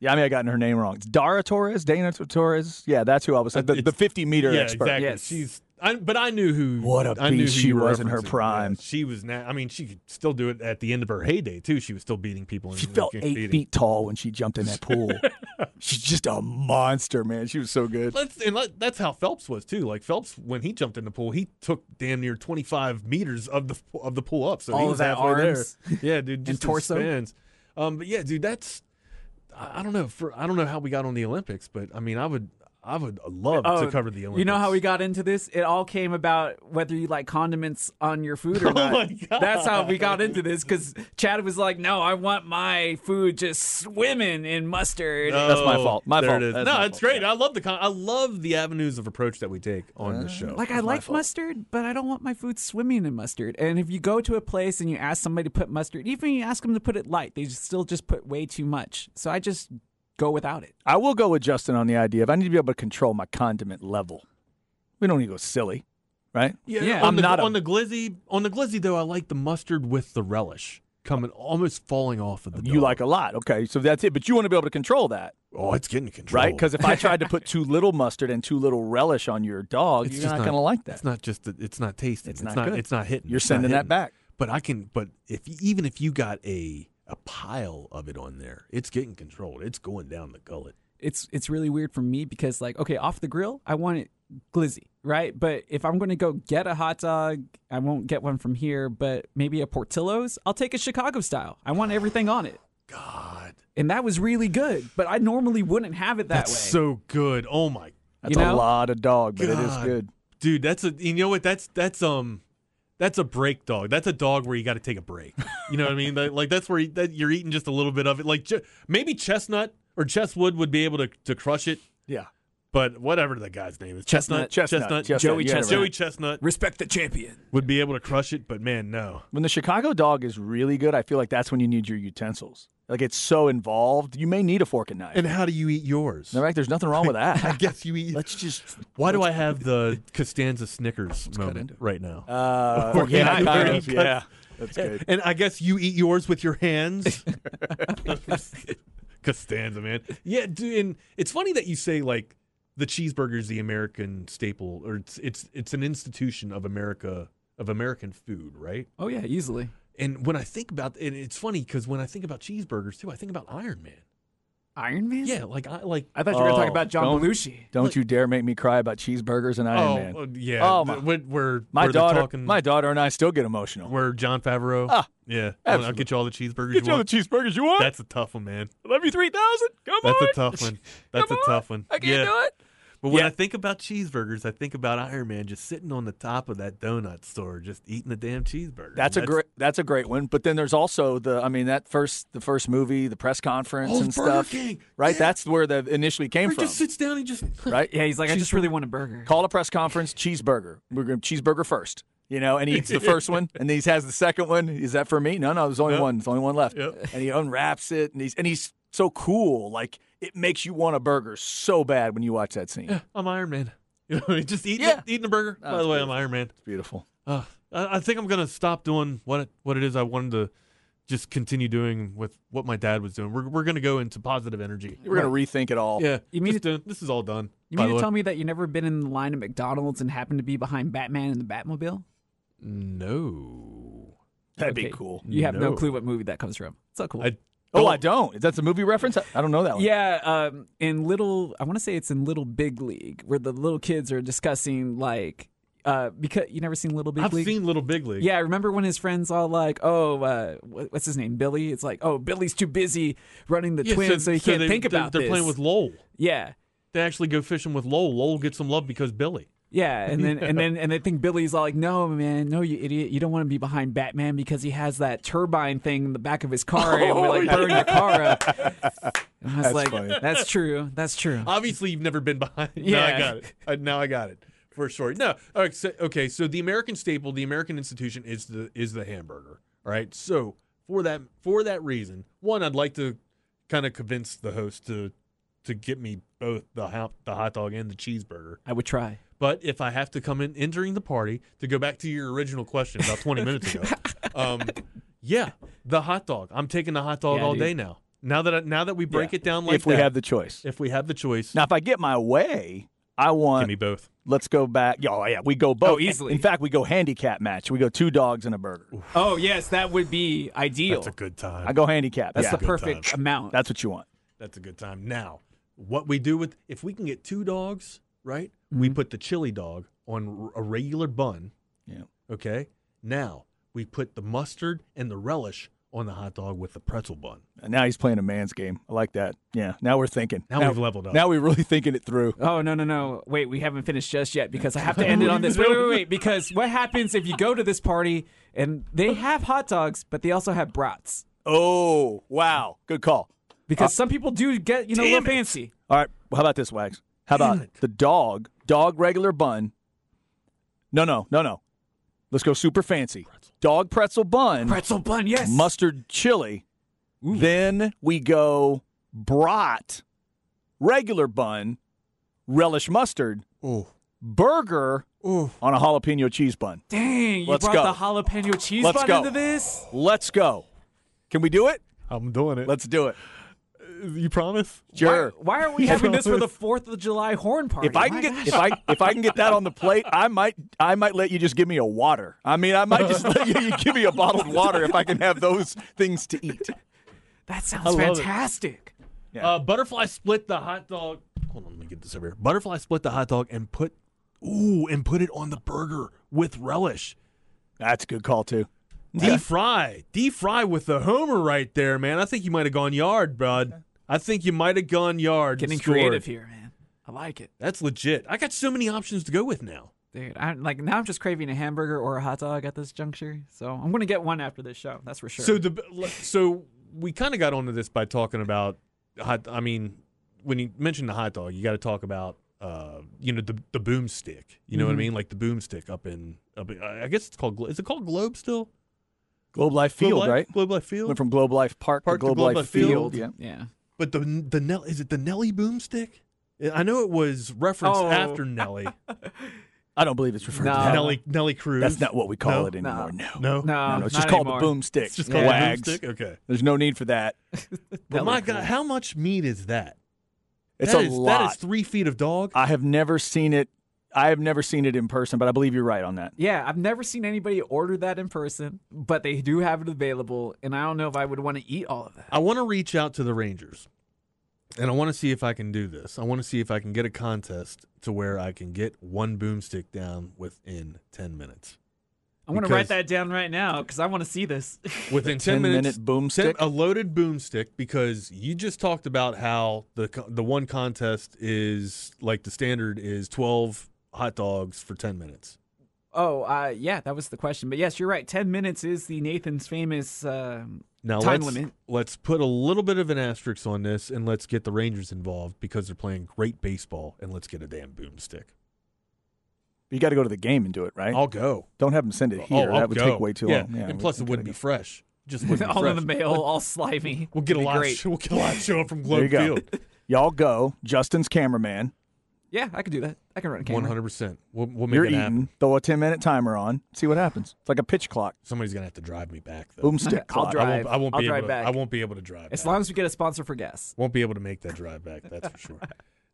[SPEAKER 5] Yeah, I mean, I gotten her name wrong. It's Dara Torres, Dana T- Torres. Yeah, that's who I was. The,
[SPEAKER 9] it's-
[SPEAKER 5] the 50 meter
[SPEAKER 9] yeah,
[SPEAKER 5] expert.
[SPEAKER 9] exactly.
[SPEAKER 10] Yes.
[SPEAKER 9] She's. I, but I knew who.
[SPEAKER 5] What a
[SPEAKER 9] I knew
[SPEAKER 5] beast
[SPEAKER 9] who
[SPEAKER 5] she
[SPEAKER 9] you were
[SPEAKER 5] was in her
[SPEAKER 9] referencing. Yeah,
[SPEAKER 5] prime.
[SPEAKER 9] she was. Na- I mean, she could still do it at the end of her heyday too. She was still beating people. And
[SPEAKER 5] She felt
[SPEAKER 9] and
[SPEAKER 5] eight
[SPEAKER 9] competing.
[SPEAKER 5] feet tall when she jumped in that pool. She's just a monster, man. She was so good.
[SPEAKER 9] Let's and let, that's how Phelps was too. Like Phelps, when he jumped in the pool, he took damn near twenty five meters of the of the pull up. So
[SPEAKER 10] All
[SPEAKER 9] he
[SPEAKER 10] of
[SPEAKER 9] was
[SPEAKER 10] that
[SPEAKER 9] halfway
[SPEAKER 10] arms.
[SPEAKER 9] there. Yeah, dude, just his
[SPEAKER 10] torso.
[SPEAKER 9] Spins. Um, but yeah, dude, that's I I don't know. For I don't know how we got on the Olympics, but I mean, I would I would love
[SPEAKER 10] Oh,
[SPEAKER 9] to cover the Olympics.
[SPEAKER 10] You know how we got into this? It all came about whether you like condiments on your food or
[SPEAKER 9] Oh
[SPEAKER 10] not.
[SPEAKER 9] my God.
[SPEAKER 10] That's how we got into this because Chad was like, "No, I want my food just swimming in mustard."
[SPEAKER 9] No,
[SPEAKER 5] That's my fault. My
[SPEAKER 9] Oh, there
[SPEAKER 5] fault.
[SPEAKER 9] It is.
[SPEAKER 5] That's
[SPEAKER 9] no,
[SPEAKER 5] my
[SPEAKER 9] it's
[SPEAKER 5] fault.
[SPEAKER 9] great. I love the con- I love the avenues of approach that we take on
[SPEAKER 5] Uh,
[SPEAKER 9] the show.
[SPEAKER 10] Like I like mustard, but I don't want my food swimming in mustard. And if you go to a place and you ask somebody to put mustard, even if you ask them to put it light, they just still just put way too much. So I just go without it.
[SPEAKER 5] I will go with Justin on the idea of I need to be able to control my condiment level. We don't need to go silly, right?
[SPEAKER 10] Yeah.
[SPEAKER 9] on
[SPEAKER 5] I'm
[SPEAKER 9] the,
[SPEAKER 5] not a-
[SPEAKER 9] on the glizzy. On the glizzy though, I like the mustard with the relish coming almost falling off of the.
[SPEAKER 5] You
[SPEAKER 9] dog.
[SPEAKER 5] like a lot. Okay, so that's it. But you want to be able to control that,
[SPEAKER 9] Oh, it's getting control.
[SPEAKER 5] right? Because if I tried to put too little mustard and too little relish on your dog,
[SPEAKER 9] It's
[SPEAKER 5] you're
[SPEAKER 9] just
[SPEAKER 5] not,
[SPEAKER 9] not-
[SPEAKER 5] going to like that.
[SPEAKER 9] it's not just that it's not tasting.
[SPEAKER 5] It's
[SPEAKER 9] It's,
[SPEAKER 5] not
[SPEAKER 9] not,
[SPEAKER 5] good.
[SPEAKER 9] It's not hitting.
[SPEAKER 5] you're
[SPEAKER 9] It's not
[SPEAKER 5] sending that
[SPEAKER 9] hitting.
[SPEAKER 5] back.
[SPEAKER 9] But I can. But if even if you got a a pile of it on there, it's getting controlled. It's going down the gullet.
[SPEAKER 10] It's it's really weird for me because like okay, off the grill, I want it glizzy, right? But if I'm going to go get a hot dog, I won't get one from here, but maybe a Portillo's, I'll take a Chicago style. I want everything on it.
[SPEAKER 9] God,
[SPEAKER 10] And that was really good, but I normally wouldn't have it that
[SPEAKER 9] that's
[SPEAKER 10] way.
[SPEAKER 9] so good. Oh my
[SPEAKER 5] That's
[SPEAKER 10] you
[SPEAKER 5] a
[SPEAKER 10] know?
[SPEAKER 5] lot of dog, but it is
[SPEAKER 9] God.
[SPEAKER 5] good.
[SPEAKER 9] dude that's a you know what that's that's um that's a break dog that's a dog where you got to take a break you know what i mean That- like that's where you, that you're eating just a little bit of it like ch- maybe chestnut or chestwood would be able to, to crush it
[SPEAKER 5] Yeah.
[SPEAKER 9] but whatever the guy's name is chestnut
[SPEAKER 5] Chestnut, Chestnut,
[SPEAKER 9] joey
[SPEAKER 5] you had it
[SPEAKER 9] chestnut
[SPEAKER 5] right.
[SPEAKER 9] joey chestnut
[SPEAKER 10] Respect the champion.
[SPEAKER 9] would be able to crush it but man no
[SPEAKER 5] When the Chicago dog is really good, I feel like that's when you need your utensils. Like it's so involved. You may need a fork and knife.
[SPEAKER 9] and how do you eat yours
[SPEAKER 5] In fact, there's nothing wrong with that.
[SPEAKER 9] i guess you eat
[SPEAKER 5] Let's just
[SPEAKER 9] why do i have the costanza snickers moment right now
[SPEAKER 5] uh,
[SPEAKER 9] Fork and
[SPEAKER 5] yeah,
[SPEAKER 9] knife.
[SPEAKER 5] kind of,
[SPEAKER 9] Cut.
[SPEAKER 5] yeah. That's good.
[SPEAKER 9] And I guess you eat yours with your hands. Costanza, man. Yeah, dude. And it's funny that you say like the cheeseburger is the American staple, or it's it's it's an institution of America of American food, right?
[SPEAKER 10] Oh yeah, easily.
[SPEAKER 9] And when I think about, and it's funny because when I think about cheeseburgers too, I think about Iron Man.
[SPEAKER 10] Iron Man?
[SPEAKER 9] Yeah, like I like.
[SPEAKER 10] I thought you were going to
[SPEAKER 5] Oh,
[SPEAKER 10] talk about John
[SPEAKER 5] don't-
[SPEAKER 10] Belushi.
[SPEAKER 5] Don't you dare make me cry about cheeseburgers and Iron
[SPEAKER 9] oh
[SPEAKER 5] Man.
[SPEAKER 9] uh, yeah.
[SPEAKER 5] Oh,
[SPEAKER 9] Oh
[SPEAKER 5] my-
[SPEAKER 9] my. Where, where
[SPEAKER 5] my
[SPEAKER 9] they're
[SPEAKER 5] daughter,
[SPEAKER 9] talking,
[SPEAKER 5] my daughter and I still get emotional.
[SPEAKER 9] where John Favreau.
[SPEAKER 5] Ah,
[SPEAKER 9] yeah. I'll- I'll
[SPEAKER 5] absolutely.
[SPEAKER 9] get you all the cheeseburgers.
[SPEAKER 5] get
[SPEAKER 9] you
[SPEAKER 5] you all the
[SPEAKER 9] want.
[SPEAKER 5] cheeseburgers you want.
[SPEAKER 9] That's a tough one, man.
[SPEAKER 5] I love you three thousand. Come
[SPEAKER 9] That's
[SPEAKER 5] on.
[SPEAKER 9] a tough one. That's
[SPEAKER 5] Come
[SPEAKER 9] a tough one.
[SPEAKER 5] I can't
[SPEAKER 9] yeah.
[SPEAKER 5] do it.
[SPEAKER 9] But when
[SPEAKER 5] Yeah.
[SPEAKER 9] I think about cheeseburgers, I think about Iron Man just sitting on the top of that donut store, just eating the damn cheeseburger.
[SPEAKER 5] That's a great. That's a great one. But then there's also the. I mean, that first, the first movie, the press conference
[SPEAKER 9] Oh,
[SPEAKER 5] and
[SPEAKER 9] Burger
[SPEAKER 5] stuff.
[SPEAKER 9] King.
[SPEAKER 5] Right.
[SPEAKER 9] Yeah.
[SPEAKER 5] That's where that initially came
[SPEAKER 9] He
[SPEAKER 5] from.
[SPEAKER 9] just sits down. He just
[SPEAKER 5] right.
[SPEAKER 10] Yeah, he's like, I just really want a burger.
[SPEAKER 5] Call a press conference. Cheeseburger. We're going to cheeseburger first. You know, and he eats the first one, and then he has the second one. Is that for me? No, no. There's only
[SPEAKER 9] Yep.
[SPEAKER 5] one. There's only one left.
[SPEAKER 9] Yep.
[SPEAKER 5] And he unwraps it, and he's and he's so cool. Like it makes you want a burger so bad when you watch that scene.
[SPEAKER 9] I'm Iron Man. You know, he just eating
[SPEAKER 5] Yeah.
[SPEAKER 9] eating a burger. By
[SPEAKER 5] it's
[SPEAKER 9] the way,
[SPEAKER 5] beautiful.
[SPEAKER 9] I'm Iron Man.
[SPEAKER 5] It's beautiful.
[SPEAKER 9] Uh, I, I think I'm gonna stop doing what it, what it is I wanted to just continue doing with what my dad was doing. We're we're gonna go into positive energy.
[SPEAKER 5] We're gonna rethink it all.
[SPEAKER 9] Yeah,
[SPEAKER 10] You mean
[SPEAKER 9] just doing- this is all done.
[SPEAKER 10] You
[SPEAKER 9] by
[SPEAKER 10] mean
[SPEAKER 9] the
[SPEAKER 10] to
[SPEAKER 9] way.
[SPEAKER 10] tell me that you've never been in the line at McDonald's and happened to be behind Batman and the Batmobile?
[SPEAKER 9] No,
[SPEAKER 5] That'd be
[SPEAKER 10] Okay.
[SPEAKER 5] cool.
[SPEAKER 10] You have no,
[SPEAKER 9] No.
[SPEAKER 10] clue what movie that comes from. It's so cool.
[SPEAKER 9] I
[SPEAKER 5] Oh, I don't. That's a movie reference. I, I don't know that one.
[SPEAKER 10] yeah, um, in little, I want to say it's in Little Big League, where the little kids are discussing like, uh, because you never seen Little Big
[SPEAKER 9] I've
[SPEAKER 10] League.
[SPEAKER 9] seen Little Big League.
[SPEAKER 10] Yeah, I remember when his friends all like, "Oh, uh, wh- what's his name, Billy?" It's like, "Oh, Billy's too busy running the
[SPEAKER 9] Yeah,
[SPEAKER 10] twins, so, he can't
[SPEAKER 9] they-
[SPEAKER 10] think
[SPEAKER 9] they're-
[SPEAKER 10] about
[SPEAKER 9] They're
[SPEAKER 10] this."
[SPEAKER 9] playing with Lowell.
[SPEAKER 10] yeah,
[SPEAKER 9] they actually go fishing with Lowell. Lowell gets some love because Billy.
[SPEAKER 10] Yeah, and then and then and they think Billy's all like, "No, man, no, you idiot! You don't want to be behind Batman because he has that turbine thing in the back of his car and we like burn your car up." And I was like,
[SPEAKER 5] funny.
[SPEAKER 10] Oh, "That's true. That's true."
[SPEAKER 9] Obviously, you've never been behind. now
[SPEAKER 10] Yeah.
[SPEAKER 9] I got it. Uh, now I got it for sure. No, all right, so, okay. So the American staple, the American institution, is the is the hamburger. All right. So for that for that reason, one, I'd like to kind of convince the host to to get me both the hot, the hot dog and the cheeseburger.
[SPEAKER 10] I would try.
[SPEAKER 9] But if I have to come in entering the party to go back to your original question about 20 minutes ago, um, yeah, the hot dog. I'm taking the hot dog
[SPEAKER 10] Yeah,
[SPEAKER 9] all
[SPEAKER 10] dude.
[SPEAKER 9] day now. Now that I, now that we break it down like
[SPEAKER 5] if we
[SPEAKER 9] that,
[SPEAKER 5] have the choice.
[SPEAKER 9] if we have the choice,
[SPEAKER 5] Now, if I get my way, I
[SPEAKER 9] give
[SPEAKER 5] want.
[SPEAKER 9] me both.
[SPEAKER 5] let's go back. Oh yeah, we go both.
[SPEAKER 10] easily.
[SPEAKER 5] In fact, we go handicap match. We go two dogs and a burger.
[SPEAKER 10] Oh yes, that would be ideal.
[SPEAKER 9] That's a good time.
[SPEAKER 5] I go handicap.
[SPEAKER 10] That's
[SPEAKER 5] yeah.
[SPEAKER 10] the perfect amount.
[SPEAKER 5] That's what you want.
[SPEAKER 9] That's a good time. Now, what we do with if we can get two dogs, right? We
[SPEAKER 5] Mm-hmm.
[SPEAKER 9] put the chili dog on r- a regular bun.
[SPEAKER 5] Yeah.
[SPEAKER 9] Okay. Now we put the mustard and the relish on the hot dog with the pretzel bun.
[SPEAKER 5] And now he's playing a man's game. I like that. Yeah. Now we're thinking.
[SPEAKER 9] Now we've leveled up.
[SPEAKER 5] Now we're really thinking it through.
[SPEAKER 10] Oh no no no! Wait, we haven't finished just yet because I have to end it on this. Wait wait wait! Because what happens if you go to this party and they have hot dogs, but they also have brats?
[SPEAKER 5] Oh wow, good call.
[SPEAKER 10] Because some people do get you know a little fancy.
[SPEAKER 5] All right. Well, how about this, Wags? How about
[SPEAKER 9] Damn it.
[SPEAKER 5] the dog, dog regular bun? No, no, no, no. Let's go super fancy. Dog pretzel bun,
[SPEAKER 10] Pretzel bun, yes.
[SPEAKER 5] mustard chili. Then we go brat, regular bun, relish mustard,
[SPEAKER 9] Ooh.
[SPEAKER 5] burger on a jalapeno cheese bun.
[SPEAKER 10] Dang! You
[SPEAKER 5] Let's
[SPEAKER 10] brought
[SPEAKER 5] go.
[SPEAKER 10] the jalapeno cheese
[SPEAKER 5] Let's
[SPEAKER 10] bun
[SPEAKER 5] go.
[SPEAKER 10] into this.
[SPEAKER 5] Let's go. Can we do it?
[SPEAKER 9] I'm doing it.
[SPEAKER 5] Let's do it.
[SPEAKER 9] you promise?
[SPEAKER 5] Sure.
[SPEAKER 10] Why, why are we having this for the Fourth of July horn party?
[SPEAKER 5] If I
[SPEAKER 10] My
[SPEAKER 5] can get
[SPEAKER 10] gosh.
[SPEAKER 5] if I if I can get that on the plate, I might I might let you just give me a water. I mean, I might just let you, you give me a bottled water if I can have those things to eat.
[SPEAKER 10] that sounds
[SPEAKER 9] love it.
[SPEAKER 10] fantastic.
[SPEAKER 9] Uh, Butterfly split the hot dog. Hold on, let me get this over here. Butterfly split the hot dog and put, ooh, and put it on the burger with relish.
[SPEAKER 5] That's a good call too.
[SPEAKER 9] D fry, D fry with the homer right there, man. I think you might have gone yard, bud. I think you might have gone yard. and
[SPEAKER 10] Getting
[SPEAKER 9] scored.
[SPEAKER 10] creative here, man. I like it,
[SPEAKER 9] That's legit. I got so many options to go with now.
[SPEAKER 10] dude. I'm like now I'm just craving a hamburger or a hot dog at this juncture, so I'm gonna get one after this show. That's for sure.
[SPEAKER 9] So the l- so we kind of got onto this by talking about hot. I mean, when you mentioned the hot dog, you got to talk about uh, you know the the boomstick. You know what I mean, like the boomstick up in up. In, I I guess it's called. Glo- Is it called Globe still?
[SPEAKER 5] Globe Life
[SPEAKER 9] Globe
[SPEAKER 5] Field,
[SPEAKER 9] Life?
[SPEAKER 5] right?
[SPEAKER 9] Globe Life Field.
[SPEAKER 5] Went from Globe Life Park,
[SPEAKER 9] Park
[SPEAKER 5] to Globe, Life, Field. Yeah.
[SPEAKER 10] yeah.
[SPEAKER 9] but the the Nell is it the Nelly boomstick? I know it was referenced
[SPEAKER 10] Oh.
[SPEAKER 9] after Nelly.
[SPEAKER 5] I don't believe it's referred to
[SPEAKER 10] No.
[SPEAKER 5] that.
[SPEAKER 9] Nelly Nelly Cruz.
[SPEAKER 5] Um, That's not what we call
[SPEAKER 9] No?
[SPEAKER 5] it anymore. No.
[SPEAKER 9] No.
[SPEAKER 10] No,
[SPEAKER 5] no, it's just
[SPEAKER 10] not
[SPEAKER 5] called the
[SPEAKER 10] anymore.
[SPEAKER 5] boomstick.
[SPEAKER 9] It's just called
[SPEAKER 5] Wags.
[SPEAKER 9] the boomstick. Okay.
[SPEAKER 5] There's no need for that.
[SPEAKER 9] But my God, how much meat is that?
[SPEAKER 5] It's
[SPEAKER 9] That
[SPEAKER 5] a
[SPEAKER 9] is-
[SPEAKER 5] lot.
[SPEAKER 9] That is three feet of dog.
[SPEAKER 5] I have never seen it. I have never seen it in person, but I believe you're right on that.
[SPEAKER 10] Yeah, I've never seen anybody order that in person, but they do have it available, and I don't know if I would want to eat all of that.
[SPEAKER 9] I want to reach out to the Rangers, and I want to see if I can do this. I want to see if I can get a contest to where I can get one boomstick down within ten minutes.
[SPEAKER 10] I want to
[SPEAKER 9] Because-
[SPEAKER 10] write that down right now because I want to see this.
[SPEAKER 9] Within ten
[SPEAKER 5] 10 minute
[SPEAKER 9] minutes,
[SPEAKER 5] boomstick?
[SPEAKER 9] a loaded boomstick, because you just talked about how the co- the one contest is like the standard is twelve hot dogs for ten minutes.
[SPEAKER 10] oh, uh, yeah, that was the question. But yes, you're right. Ten minutes is the Nathan's famous. Um,
[SPEAKER 9] Now
[SPEAKER 10] Time
[SPEAKER 9] let's,
[SPEAKER 10] limit.
[SPEAKER 9] let's put a little bit of an asterisk on this and let's get the Rangers involved because they're playing great baseball and let's get a damn boomstick.
[SPEAKER 5] You got to go to the game and do it, right?
[SPEAKER 9] I'll go.
[SPEAKER 5] Don't have them send it
[SPEAKER 9] Oh,
[SPEAKER 5] here.
[SPEAKER 9] I'll
[SPEAKER 5] that would
[SPEAKER 9] go.
[SPEAKER 5] take way too
[SPEAKER 9] yeah.
[SPEAKER 5] long. Yeah,
[SPEAKER 9] and
[SPEAKER 5] we-
[SPEAKER 9] plus
[SPEAKER 5] we
[SPEAKER 9] it wouldn't be
[SPEAKER 5] gotta
[SPEAKER 9] fresh. It Just wouldn't be
[SPEAKER 10] all in
[SPEAKER 9] fresh.
[SPEAKER 10] the mail, all slimy.
[SPEAKER 9] We'll get a
[SPEAKER 10] It'd be
[SPEAKER 9] lot.
[SPEAKER 10] Great.
[SPEAKER 9] Of, we'll get a lot of show from
[SPEAKER 5] There you
[SPEAKER 9] Globe
[SPEAKER 5] go.
[SPEAKER 9] Field.
[SPEAKER 5] Y'all go. Justin's cameraman.
[SPEAKER 10] yeah, I can do that. I can run a camera.
[SPEAKER 9] One hundred percent. We'll we'll make
[SPEAKER 5] You're
[SPEAKER 9] it
[SPEAKER 5] eating.
[SPEAKER 9] happen.
[SPEAKER 5] Throw a 10 minute timer on. See what happens. It's like a pitch clock.
[SPEAKER 9] Somebody's gonna have to drive me back though.
[SPEAKER 5] Boomstick
[SPEAKER 10] I'll
[SPEAKER 5] clock.
[SPEAKER 9] I won't.
[SPEAKER 10] drive.
[SPEAKER 9] I won't
[SPEAKER 10] I'll
[SPEAKER 9] be able.
[SPEAKER 10] drive
[SPEAKER 9] To,
[SPEAKER 10] back.
[SPEAKER 9] I won't be able to drive.
[SPEAKER 10] As
[SPEAKER 9] back.
[SPEAKER 10] long as we get a sponsor for gas.
[SPEAKER 9] won't be able to make that drive back. That's for sure.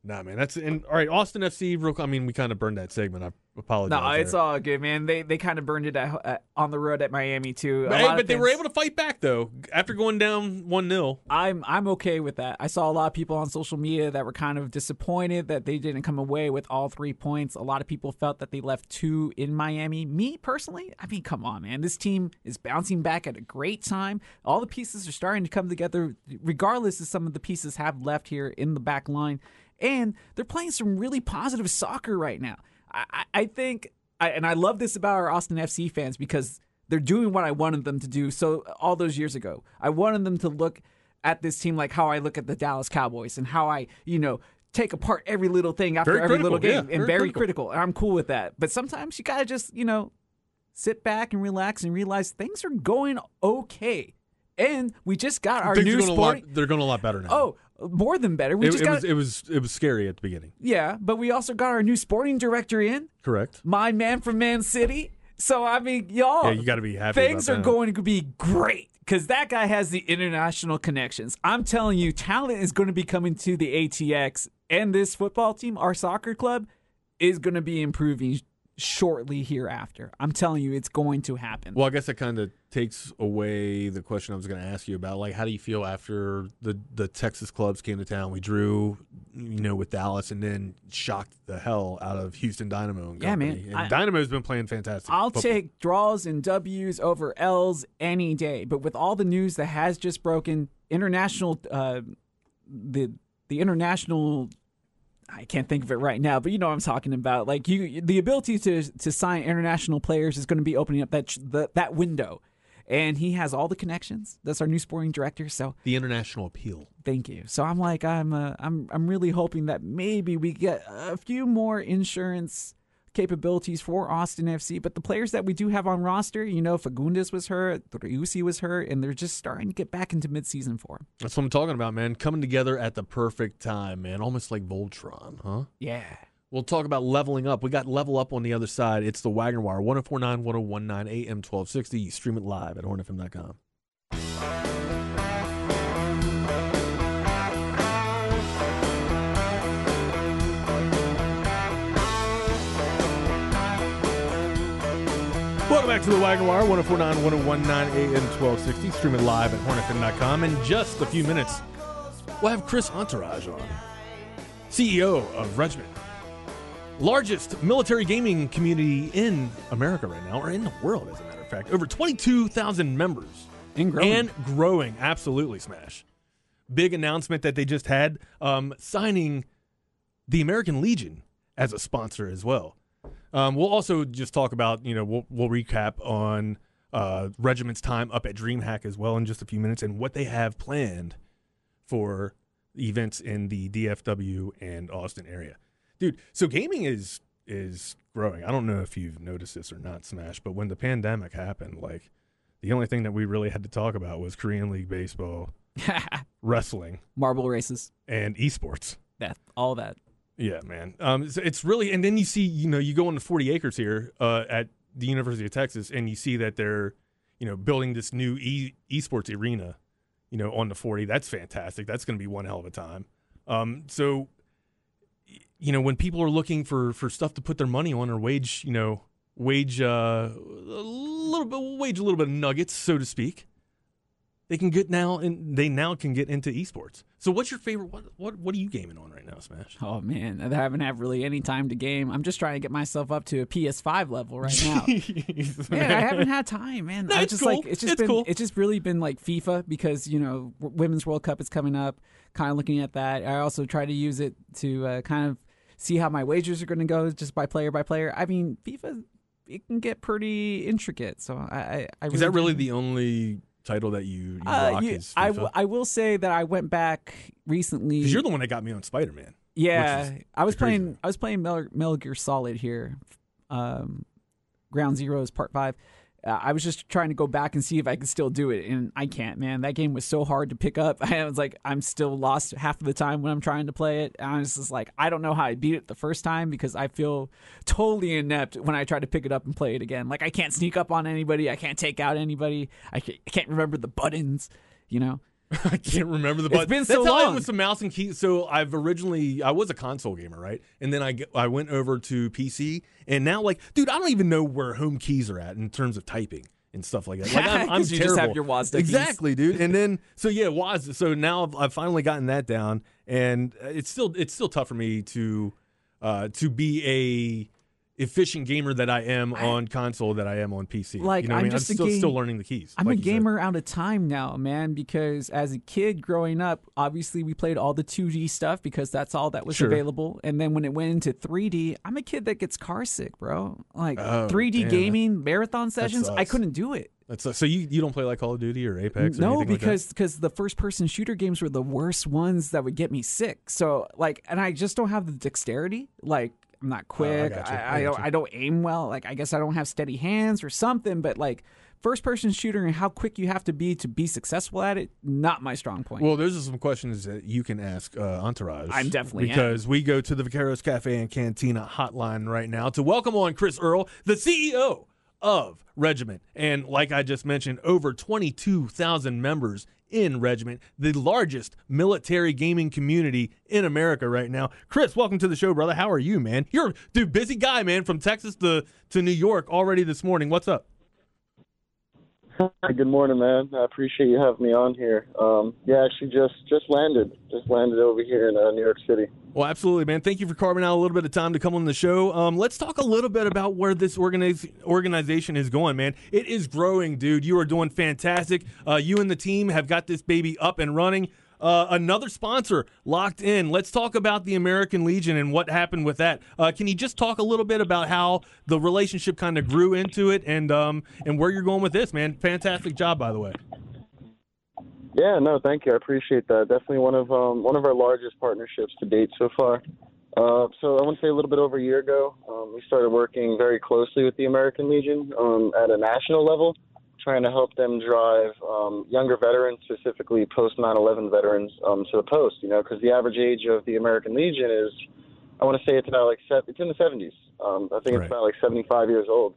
[SPEAKER 9] Nah, man. That's and all right. Austin FC. Real. I mean, we kind of burned that segment. I apologize.
[SPEAKER 10] No, it's
[SPEAKER 9] there.
[SPEAKER 10] all good, man. They they kind of burned it at, at, on the road at Miami too. A
[SPEAKER 9] But, hey,
[SPEAKER 10] lot of
[SPEAKER 9] but they were
[SPEAKER 10] things-
[SPEAKER 9] able to fight back though. After going down one 0
[SPEAKER 10] I'm I'm okay with that. I saw a lot of people on social media that were kind of disappointed that they didn't come away with all three points. A lot of people felt that they left two in Miami. Me personally, I mean, come on, man. This team is bouncing back at a great time. All the pieces are starting to come together, regardless of some of the pieces have left here in the back line. And they're playing some really positive soccer right now. I, I, I think I, and I love this about our Austin FC fans because they're doing what I wanted them to do. So all those years ago, I wanted them to look at this team like how I look at the Dallas Cowboys and how I, you know, take apart every little thing after
[SPEAKER 9] Very
[SPEAKER 10] every little
[SPEAKER 9] critical,
[SPEAKER 10] game
[SPEAKER 9] yeah,
[SPEAKER 10] and
[SPEAKER 9] very
[SPEAKER 10] very
[SPEAKER 9] critical.
[SPEAKER 10] critical. And I'm cool with that. But sometimes you gotta just, you know, sit back and relax and realize things are going okay. And we just got our
[SPEAKER 9] Things are
[SPEAKER 10] new
[SPEAKER 9] going a lot-
[SPEAKER 10] sporting
[SPEAKER 9] They're going a lot better now.
[SPEAKER 10] Oh, more than better. We
[SPEAKER 9] it,
[SPEAKER 10] just
[SPEAKER 9] it
[SPEAKER 10] got
[SPEAKER 9] was, it was it was scary at the beginning.
[SPEAKER 10] yeah, but we also got our new sporting director in,
[SPEAKER 9] Correct.
[SPEAKER 10] my man from Man City. So I mean, y'all,
[SPEAKER 9] Yeah, you gotta be happy
[SPEAKER 10] Things
[SPEAKER 9] about
[SPEAKER 10] are
[SPEAKER 9] that.
[SPEAKER 10] going to be great because that guy has the international connections. I'm telling you, talent is going to be coming to the ATX, and this football team, our soccer club, is going to be improving shortly hereafter. I'm telling you, it's going to happen.
[SPEAKER 9] Well, I guess that kind of takes away the question I was going to ask you about. Like, how do you feel after the the Texas clubs came to town? We drew, you know, with Dallas, and then shocked the hell out of Houston Dynamo. And
[SPEAKER 10] Yeah, man.
[SPEAKER 9] company. And
[SPEAKER 10] I-
[SPEAKER 9] Dynamo's been playing fantastic.
[SPEAKER 10] I'll
[SPEAKER 9] football.
[SPEAKER 10] take draws and W's over L's any day. But with all the news that has just broken, international, uh, the the international, I can't think of it right now, but you know what I'm talking about. Like you, the ability to to sign international players is going to be opening up that the, that window, and he has all the connections. That's our new sporting director. So
[SPEAKER 9] the international appeal.
[SPEAKER 10] thank you. So I'm like, I'm, uh, I'm, I'm really hoping that maybe we get a few more insurance capabilities for Austin FC. But the players that we do have on roster, you know, Fagundes was hurt, Driussi was hurt, and they're just starting to get back into midseason form.
[SPEAKER 9] That's what I'm talking about, man. Coming together at the perfect time, man. Almost like Voltron, huh?
[SPEAKER 10] Yeah.
[SPEAKER 9] We'll talk about leveling up. We got level up on the other side. It's the Wagner Wire, 1049, 1019, AM 1260. You stream it live at hornfm.com. Welcome back to the Wagon Wire, 1049, 1019 AM 1260. Stream it live at hornfm.com. In just a few minutes, we'll have Chris Entourage on, CEO of Regiment, largest military gaming community in America right now, or in the world, as a matter of fact. Over 22,000 members
[SPEAKER 10] And growing.
[SPEAKER 9] and growing. Absolutely, Smash. Big announcement that they just had um, signing the American Legion as a sponsor as well. Um, we'll also just talk about, you know, we'll, we'll recap on uh, Regiment's time up at DreamHack as well in just a few minutes and what they have planned for events in the DFW and Austin area. Dude, so gaming is is growing. I don't know if you've noticed this or not, Smash, but when the pandemic happened, like the only thing that we really had to talk about was Korean League baseball, wrestling,
[SPEAKER 10] Marble races.
[SPEAKER 9] and esports.
[SPEAKER 10] That all that.
[SPEAKER 9] Yeah, man. Um, it's, it's really, and then you see, you know, you go on the 40 acres here uh, at the University of Texas, and you see that they're, you know, building this new e- esports arena, you know, on the 40. That's fantastic. That's going to be one hell of a time. Um, so, y- you know, when people are looking for for stuff to put their money on or wage, you know, wage uh, a little bit, wage a little bit of nuggets, so to speak. They can get now, and they now can get into esports. So, what's your favorite? What what what are you gaming on right now, Smash?
[SPEAKER 10] Oh man, I haven't had really any time to game. I'm just trying to get myself up to a PS5 level right now.
[SPEAKER 9] Jeez,
[SPEAKER 10] Yeah, I
[SPEAKER 9] man.
[SPEAKER 10] haven't had time, man.
[SPEAKER 9] No,
[SPEAKER 10] I
[SPEAKER 9] it's
[SPEAKER 10] just
[SPEAKER 9] cool.
[SPEAKER 10] like it's just
[SPEAKER 9] It's
[SPEAKER 10] been
[SPEAKER 9] cool.
[SPEAKER 10] it's just really been like FIFA because you know w- Women's World Cup is coming up. Kind of looking at that. I also try to use it to uh, kind of see how my wagers are going to go just by player by player. I mean FIFA, it can get pretty intricate. So I, I, I
[SPEAKER 9] Is that
[SPEAKER 10] do-
[SPEAKER 9] really the only title that you, you
[SPEAKER 10] Uh,
[SPEAKER 9] rock
[SPEAKER 10] you-
[SPEAKER 9] is
[SPEAKER 10] I,
[SPEAKER 9] FIFA?
[SPEAKER 10] w- I will say that I went back recently.
[SPEAKER 9] Because you're the one that got me on Spider Man.
[SPEAKER 10] Yeah,
[SPEAKER 9] which is
[SPEAKER 10] I was
[SPEAKER 9] crazy.
[SPEAKER 10] playing. I was playing Metal, Metal Gear Solid here. Um, Ground Zero is Part Five. Uh, I was just trying to go back and see if I could still do it, and I can't, man. That game was so hard to pick up. I was like, I'm still lost half of the time when I'm trying to play it. And I was just like, I don't know how I beat it the first time because I feel totally inept when I try to pick it up and play it again. Like I can't sneak up on anybody. I can't take out anybody. I can't, I can't remember the buttons. You know.
[SPEAKER 9] I can't remember the button.
[SPEAKER 10] been
[SPEAKER 9] That's
[SPEAKER 10] so
[SPEAKER 9] how I
[SPEAKER 10] long.
[SPEAKER 9] was the mouse and key. So I've originally I was a console gamer, right? And then I get- I went over to PC, and now like, dude, I don't even know where home keys are at in terms of typing and stuff like that. Like I'm, I'm
[SPEAKER 10] 'Cause you just
[SPEAKER 9] terrible.
[SPEAKER 10] have your WASD keys.
[SPEAKER 9] exactly, dude. And then so yeah, WASD. So now I've, I've finally gotten that down, and uh, it's still it's still tough for me to uh, to be a efficient gamer that I am on console that I am on PC.
[SPEAKER 10] Like,
[SPEAKER 9] you know what
[SPEAKER 10] I'm
[SPEAKER 9] I mean?
[SPEAKER 10] just a
[SPEAKER 9] I'm still,
[SPEAKER 10] game-
[SPEAKER 9] still learning the keys.
[SPEAKER 10] I'm
[SPEAKER 9] like
[SPEAKER 10] a
[SPEAKER 9] you said.
[SPEAKER 10] gamer out of time now, man, because as a kid growing up, obviously we played all the 2D stuff because that's all that was
[SPEAKER 9] Sure.
[SPEAKER 10] available. And then when it went into 3D, I'm a kid that gets car sick, bro. Like
[SPEAKER 9] Oh,
[SPEAKER 10] 3D
[SPEAKER 9] damn,
[SPEAKER 10] gaming, marathon sessions, I
[SPEAKER 9] sucks.
[SPEAKER 10] couldn't do it.
[SPEAKER 9] That's so you you don't play like Call of Duty or Apex? Or anything
[SPEAKER 10] No,
[SPEAKER 9] like that?
[SPEAKER 10] because because the first person shooter games were the worst ones that would get me sick. So like, and I just don't have the dexterity. Like, I'm not quick.
[SPEAKER 9] gotcha.
[SPEAKER 10] I,
[SPEAKER 9] Oh, I
[SPEAKER 10] I, don't,
[SPEAKER 9] gotcha.
[SPEAKER 10] I don't aim well. Like, I guess I don't have steady hands or something. But like, first person shooter and how quick you have to be to be successful at it, not my strong point.
[SPEAKER 9] Well, those are some questions that you can ask uh, Entourage.
[SPEAKER 10] I'm definitely am.
[SPEAKER 9] because we go to the Vaqueros Cafe and Cantina hotline right now to welcome on Chris Earl, the CEO of Regiment, and like I just mentioned, over 22,000 members in Regiment, the largest military gaming community in America right now. Chris, welcome to the show, brother. How are you, man? You're dude, busy guy, man, from Texas to to New York already this morning. What's up?
[SPEAKER 6] Hi, good morning, man. I appreciate you having me on here. Um, yeah, actually, just just landed, just landed over here in uh, New York City.
[SPEAKER 9] Well, absolutely, man. Thank you for carving out a little bit of time to come on the show. Um, let's talk a little bit about where this organiz- organization is going, man. It is growing, dude. You are doing fantastic. Uh, you and the team have got this baby up and running. Uh, another sponsor locked in. Let's talk about the American Legion and what happened with that. Uh, can you just talk a little bit about how the relationship kind of grew into it and um, and where you're going with this, man? Fantastic job, by the way.
[SPEAKER 6] Yeah, no, thank you. I appreciate that. Definitely one of um, one of our largest partnerships to date so far. Uh, so I want to say a little bit over a year ago, um, we started working very closely with the American Legion um, at a national level, trying to help them drive um, younger veterans, specifically post 9/11 veterans, um, to the post. You know, because the average age of the American Legion is, I want to say it's about like se- it's in the 70s. I think it's
[SPEAKER 9] Right.
[SPEAKER 6] about like 75 years old.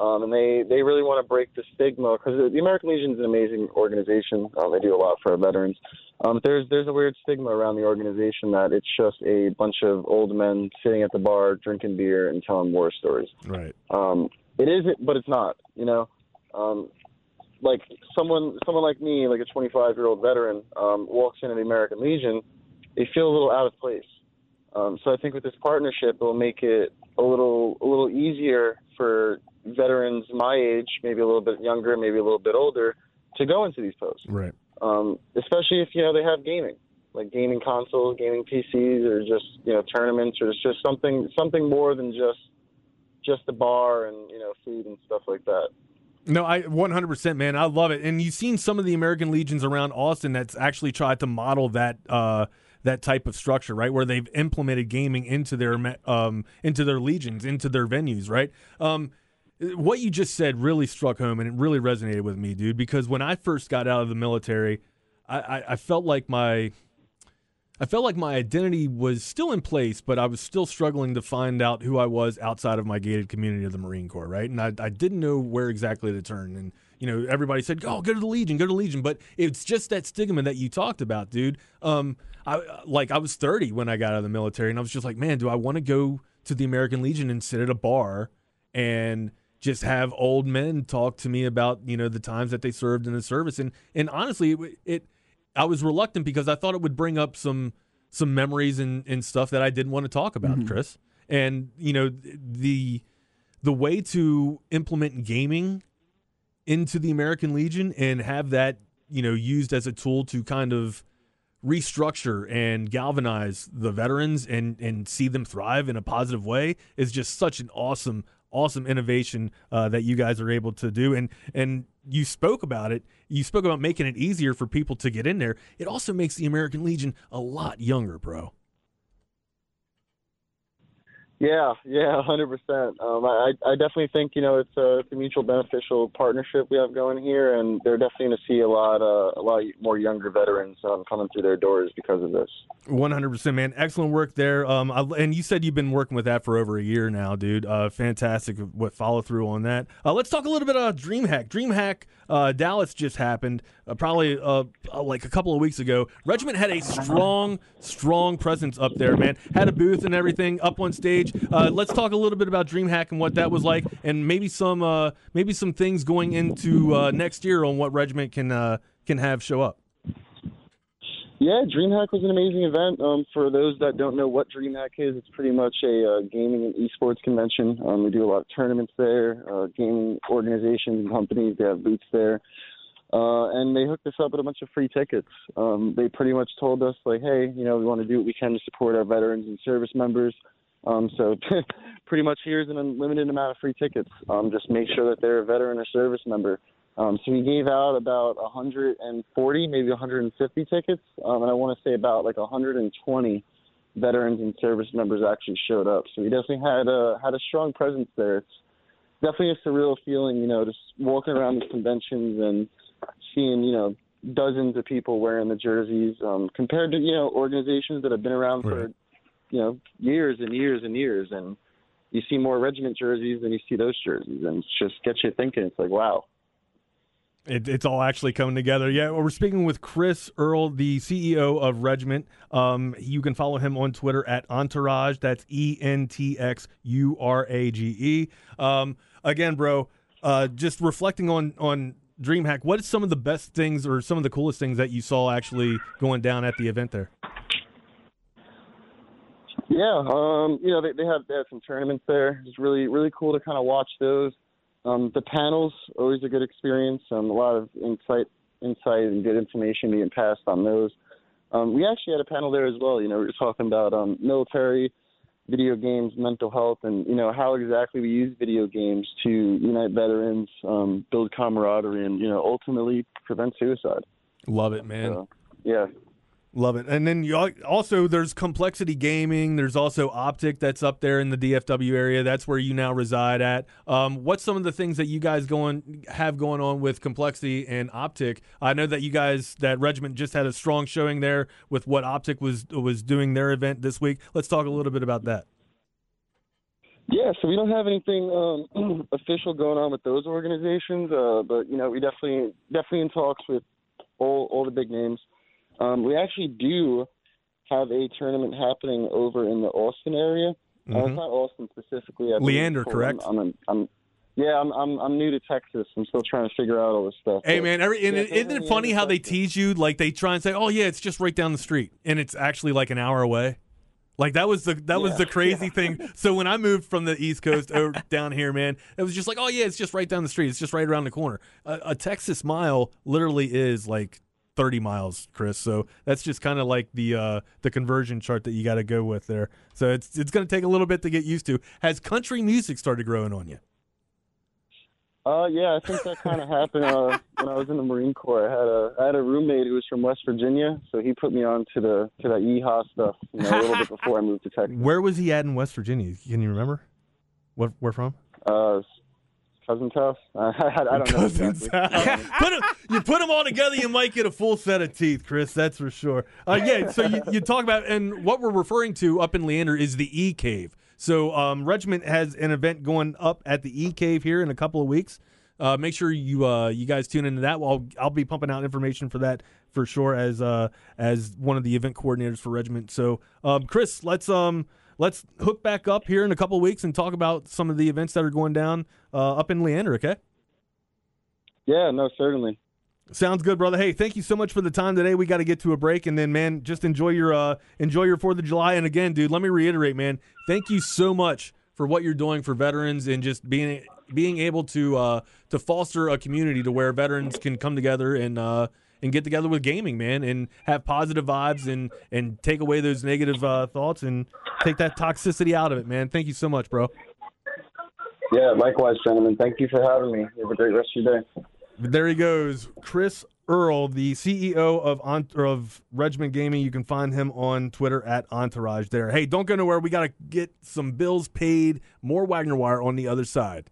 [SPEAKER 6] Um, and they, they really want to break the stigma because the American Legion is an amazing organization. Um, they do a lot for our veterans. Um, but there's there's a weird stigma around the organization that it's just a bunch of old men sitting at the bar drinking beer and telling war stories.
[SPEAKER 9] Right.
[SPEAKER 6] Um, it isn't, but it's not. You know, um, like someone someone like me, like a 25 year old veteran, um, walks into the American Legion, they feel a little out of place. Um, so I think with this partnership, it'll make it a little a little easier for veterans my age, maybe a little bit younger, maybe a little bit older, to go into these posts
[SPEAKER 9] Right.
[SPEAKER 6] um, especially if you know they have gaming, like gaming consoles, gaming PCs, or just you know tournaments, or it's just something something more than just just the bar and you know food and stuff like that.
[SPEAKER 9] No, I 100% man. I love it. And you've seen some of the American legions around Austin that's actually tried to model that uh that type of structure, right? Where they've implemented gaming into their me- um into their legions, into their venues, right? Um what you just said really struck home and it really resonated with me, dude, because when I first got out of the military, I, I, I felt like my I felt like my identity was still in place, but I was still struggling to find out who I was outside of my gated community of the Marine Corps, right? And I, I didn't know where exactly to turn. And, you know, everybody said, oh, go to the Legion, go to the Legion. But it's just that stigma that you talked about, dude. Um, I, like, I was 30 when I got out of the military, and I was just like, man, do I want to go to the American Legion and sit at a bar and just have old men talk to me about, you know, the times that they served in the service? And, and honestly, it, it I was reluctant because I thought it would bring up some some memories and, and stuff that I didn't want to talk about, Chris. And you know th- the the way to implement gaming into the American Legion and have that you know used as a tool to kind of restructure and galvanize the veterans and and see them thrive in a positive way is just such an awesome awesome innovation uh, that you guys are able to do and and you spoke about it you spoke about making it easier for people to get in there it also makes the american legion a lot younger bro
[SPEAKER 6] Yeah, yeah, hundred percent. Um, I I definitely think you know it's a, it's a mutual beneficial partnership we have going here, and they're definitely going to see a lot uh, a lot more younger veterans um, coming through their doors because of this.
[SPEAKER 9] 100% man excellent work there um I, and you said you've been working with that for over a year now dude uh fantastic what follow through on that uh, let's talk a little bit about dreamhack dreamhack uh dallas just happened uh, probably uh, uh like a couple of weeks ago regiment had a strong strong presence up there man had a booth and everything up on stage uh let's talk a little bit about dreamhack and what that was like and maybe some uh maybe some things going into uh next year on what regiment can uh can have show up
[SPEAKER 6] Yeah, DreamHack was an amazing event. Um, for those that don't know what DreamHack is, it's pretty much a uh, gaming and esports convention. Um, we do a lot of tournaments there. Uh, gaming organizations and companies they have booths there, uh, and they hooked us up with a bunch of free tickets. Um, they pretty much told us like, hey, you know, we want to do what we can to support our veterans and service members. Um, so pretty much here's an unlimited amount of free tickets. Um, just make sure that they're a veteran or service member. Um, so we gave out about 140, maybe 150 tickets, um, and I want to say about like 120 veterans and service members actually showed up. So we definitely had a had a strong presence there. It's definitely a surreal feeling, you know, just walking around these conventions and seeing, you know, dozens of people wearing the jerseys um, compared to, you know, organizations that have been around for, you know, years and years and years. And you see more regiment jerseys than you see those jerseys. And it's just gets you thinking. It's like, wow.
[SPEAKER 9] It, it's all actually coming together. Yeah, we're speaking with Chris Earl, the CEO of Regiment. Um, you can follow him on Twitter at Entourage. That's E N T X U R A G E. Um, again, bro, uh, just reflecting on on DreamHack. What is some of the best things or some of the coolest things that you saw actually going down at the event there?
[SPEAKER 6] Yeah, um, you know, they, they have they have some tournaments there. It's really really cool to kind of watch those. Um, the panels always a good experience. Um, a lot of insight, insight, and good information being passed on those. Um, we actually had a panel there as well. You know, we were talking about um, military, video games, mental health, and you know how exactly we use video games to unite veterans, um, build camaraderie, and you know ultimately prevent suicide.
[SPEAKER 9] Love it, man.
[SPEAKER 6] So, yeah.
[SPEAKER 9] Love it. And then you al- also there's complexity gaming. There's also optic that's up there in the DFW area. That's where you now reside at. Um, what's some of the things that you guys going have going on with complexity and optic? I know that you guys that regiment just had a strong showing there with what optic was was doing their event this week. Let's talk a little bit about that.
[SPEAKER 6] Yeah, so we don't have anything um, official going on with those organizations, uh, but you know we definitely definitely in talks with all all the big names. Um, we actually do have a tournament happening over in the Austin area. Uh,
[SPEAKER 9] Mhm.
[SPEAKER 6] it's not Austin specifically. I think
[SPEAKER 9] Leander,
[SPEAKER 6] it's-
[SPEAKER 9] correct?
[SPEAKER 6] I'm, I'm, I'm, yeah, I'm, I'm I'm new to Texas. I'm still trying to figure out all this stuff.
[SPEAKER 9] Hey
[SPEAKER 6] But-
[SPEAKER 9] man, every, and
[SPEAKER 6] Yeah,
[SPEAKER 9] it, isn't
[SPEAKER 6] definitely
[SPEAKER 9] it funny how they tease you? Like they try and say, "Oh yeah, it's just right down the street," and it's actually like an hour away. Like that was the that was
[SPEAKER 11] Yeah.
[SPEAKER 9] the crazy thing. So when I moved from the East Coast over down here, man, it was just like, "Oh yeah, it's just right down the street. It's just right around the corner." A, a Texas mile literally is like thirty miles, Chris. So that's just kind of like the uh, the conversion chart that you got to go with there. So it's it's going to take a little bit to get used to. Has country music started growing on you?
[SPEAKER 6] Uh, yeah, I think that kind of happened uh, when I was in the Marine Corps. I had a I had a roommate who was from West Virginia, so he put me on to the to that yeehaw stuff you know, a little bit before I moved to Texas.
[SPEAKER 9] Where was he at in West Virginia? Can you remember? What where from?
[SPEAKER 6] Uh, cousin's house. I, I, I don't know.
[SPEAKER 9] Cousin's
[SPEAKER 6] exactly.
[SPEAKER 9] put 'em- you put them all together, you might get a full set of teeth, Chris. That's for sure. Uh, yeah. So you, you talk about, and what we're referring to up in Leander is the E Cave. So um, Regiment has an event going up at the E Cave here in a couple of weeks. Uh, make sure you uh, you guys tune into that. I'll I'll be pumping out information for that for sure as uh, as one of the event coordinators for Regiment. So um, Chris, let's um let's hook back up here in a couple of weeks and talk about some of the events that are going down uh, up in Leander. Okay.
[SPEAKER 6] Yeah, no, certainly.
[SPEAKER 9] Sounds good, brother. Hey, thank you so much for the time today. We got to get to a break, and then, man, just enjoy your uh, enjoy your Fourth of July. And again, dude, let me reiterate, man, thank you so much for what you're doing for veterans and just being being able to uh, to foster a community to where veterans can come together and uh, and get together with gaming, man, and have positive vibes and and take away those negative uh, thoughts and take that toxicity out of it, man. Thank you so much, bro.
[SPEAKER 6] Yeah, likewise, gentlemen. Thank you for having me. You have a great rest of your day.
[SPEAKER 9] There he goes, Chris Earl, the CEO of Ont- or of Regiment Gaming. You can find him on Twitter at Entourage. There. Hey, don't go nowhere. We gotta get some bills paid. More Wagner Wire on the other side.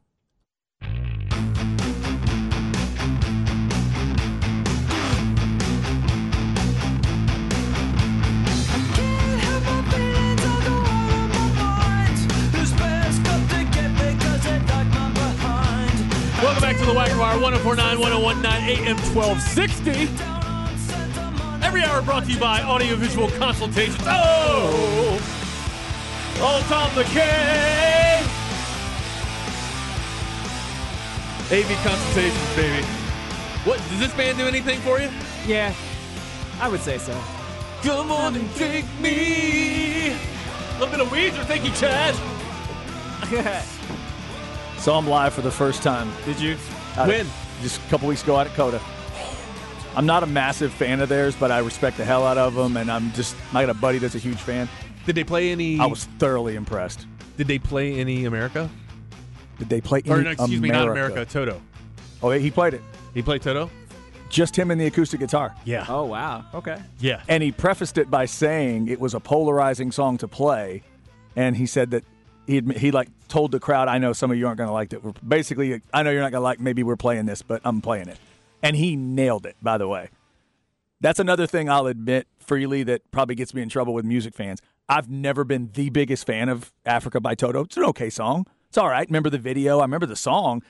[SPEAKER 9] Welcome back to the Wagner Wire 1049 1019 AM 1260. Every hour brought to you by Audiovisual Consultations. Oh! Oh, Tom McKay! AV Consultations, baby. What, does this band do anything for you?
[SPEAKER 10] Yeah, I would say so.
[SPEAKER 9] Come on and take me. A little bit of Weezer, thank you, Chad.
[SPEAKER 12] Saw him live for the first time.
[SPEAKER 9] Did you?
[SPEAKER 12] Out
[SPEAKER 9] When?
[SPEAKER 12] Of, just a couple weeks ago out at Coda. I'm not a massive fan of theirs, but I respect the hell out of them, and I'm just I got a buddy that's a huge fan.
[SPEAKER 9] Did they play any?
[SPEAKER 12] I was thoroughly impressed.
[SPEAKER 9] Did they play any America?
[SPEAKER 12] Did they play?
[SPEAKER 9] Or
[SPEAKER 12] any
[SPEAKER 9] no, excuse me, not America, Toto.
[SPEAKER 12] Oh, he played it.
[SPEAKER 9] He played Toto.
[SPEAKER 12] Just him and the acoustic guitar.
[SPEAKER 9] Yeah.
[SPEAKER 10] Oh wow. Okay.
[SPEAKER 9] Yeah.
[SPEAKER 12] And he prefaced it by saying it was a polarizing song to play, and he said that
[SPEAKER 5] he admi- he like told the crowd, "I know some of you aren't going to like it. We're basically, I know you're not going to like. Maybe we're playing this, but I'm playing it." And he nailed it. By the way, that's another thing I'll admit freely that probably gets me in trouble with music fans. I've never been the biggest fan of Africa by Toto. It's an okay song. It's all right. Remember the video. I remember the song.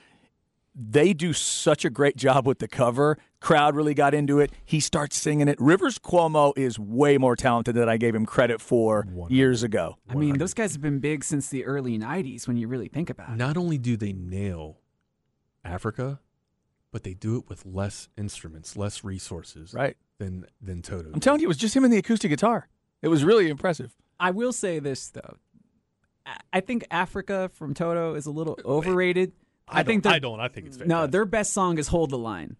[SPEAKER 5] They do such a great job with the cover. Crowd really got into it. He starts singing it. Rivers Cuomo is way more talented than I gave him credit for years ago.
[SPEAKER 10] I mean, those guys have been big since the early 90s when you really think about it.
[SPEAKER 9] Not only do they nail Africa, but they do it with less instruments, less resources
[SPEAKER 5] right.
[SPEAKER 9] than than Toto.
[SPEAKER 5] I'm telling you, it was just him and the acoustic guitar. It was really impressive.
[SPEAKER 10] I will say this though. I- I think Africa from Toto is a little overrated.
[SPEAKER 9] I,
[SPEAKER 10] think
[SPEAKER 9] don't,
[SPEAKER 10] their-
[SPEAKER 9] I don't. I think it's
[SPEAKER 10] No, their best song is Hold the Line.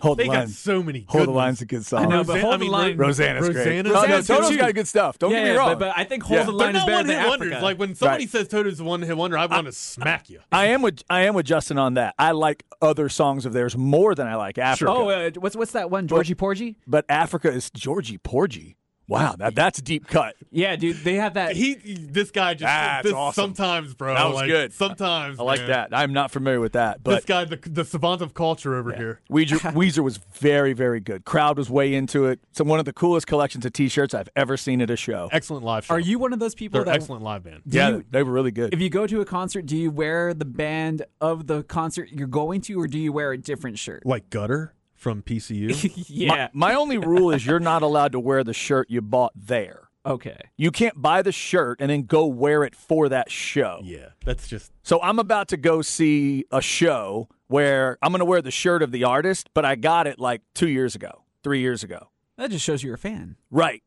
[SPEAKER 5] Hold
[SPEAKER 9] They
[SPEAKER 5] the
[SPEAKER 9] got
[SPEAKER 5] line.
[SPEAKER 9] so many
[SPEAKER 5] Hold
[SPEAKER 9] good
[SPEAKER 5] the
[SPEAKER 9] ones.
[SPEAKER 5] line's a good song.
[SPEAKER 10] I know, but
[SPEAKER 9] Roseanne-
[SPEAKER 10] Hold
[SPEAKER 9] I mean,
[SPEAKER 10] the Line.
[SPEAKER 9] Ro-
[SPEAKER 5] Rosanna's great.
[SPEAKER 9] Rosanna's
[SPEAKER 5] No, no,
[SPEAKER 9] good
[SPEAKER 5] Toto's
[SPEAKER 9] too.
[SPEAKER 5] got good stuff. Don't
[SPEAKER 10] Yeah,
[SPEAKER 5] get me
[SPEAKER 10] yeah,
[SPEAKER 5] wrong.
[SPEAKER 10] but- but I think Hold the Line
[SPEAKER 9] They're
[SPEAKER 10] is
[SPEAKER 9] not
[SPEAKER 10] better
[SPEAKER 9] one
[SPEAKER 10] than
[SPEAKER 9] hit wonders.
[SPEAKER 10] Africa.
[SPEAKER 9] Like when somebody says Toto's a one hit wonder, I want to smack you.
[SPEAKER 5] I am with I am with Justin on that. I like other songs of theirs more than I like Africa.
[SPEAKER 10] Oh, uh, what's what's that one? Georgie Porgy?
[SPEAKER 5] But Africa is Georgie Porgy. Wow, that that's a deep cut.
[SPEAKER 10] Yeah, dude, they have that.
[SPEAKER 9] He, this guy just
[SPEAKER 5] That's
[SPEAKER 9] this,
[SPEAKER 5] awesome.
[SPEAKER 9] sometimes, bro.
[SPEAKER 5] That was
[SPEAKER 9] like,
[SPEAKER 5] good.
[SPEAKER 9] Sometimes
[SPEAKER 5] I like
[SPEAKER 9] man.
[SPEAKER 5] that. I'm not familiar with that,
[SPEAKER 9] This
[SPEAKER 5] but
[SPEAKER 9] guy, the, the savant of culture over here.
[SPEAKER 5] Weezer, Weezer was very very good. Crowd was way into it. So one of the coolest collections of T-shirts I've ever seen at a show.
[SPEAKER 9] Excellent live show.
[SPEAKER 10] Are you one of those people
[SPEAKER 9] They're
[SPEAKER 10] that
[SPEAKER 9] excellent live band.
[SPEAKER 10] Do
[SPEAKER 5] yeah,
[SPEAKER 10] you-
[SPEAKER 5] they were really good.
[SPEAKER 10] if you go to a concert, do you wear the band of the concert you're going to, or do you wear a different shirt?
[SPEAKER 9] Like Gutter from PCU.
[SPEAKER 10] Yeah.
[SPEAKER 5] My, my only rule is you're not allowed to wear the shirt you bought there.
[SPEAKER 10] okay.
[SPEAKER 5] You can't buy the shirt and then go wear it for that show.
[SPEAKER 9] yeah, that's just
[SPEAKER 5] So I'm about to go see a show where I'm going to wear the shirt of the artist, but I got it like two years ago, three years ago.
[SPEAKER 10] That just shows you're a fan.
[SPEAKER 5] Right.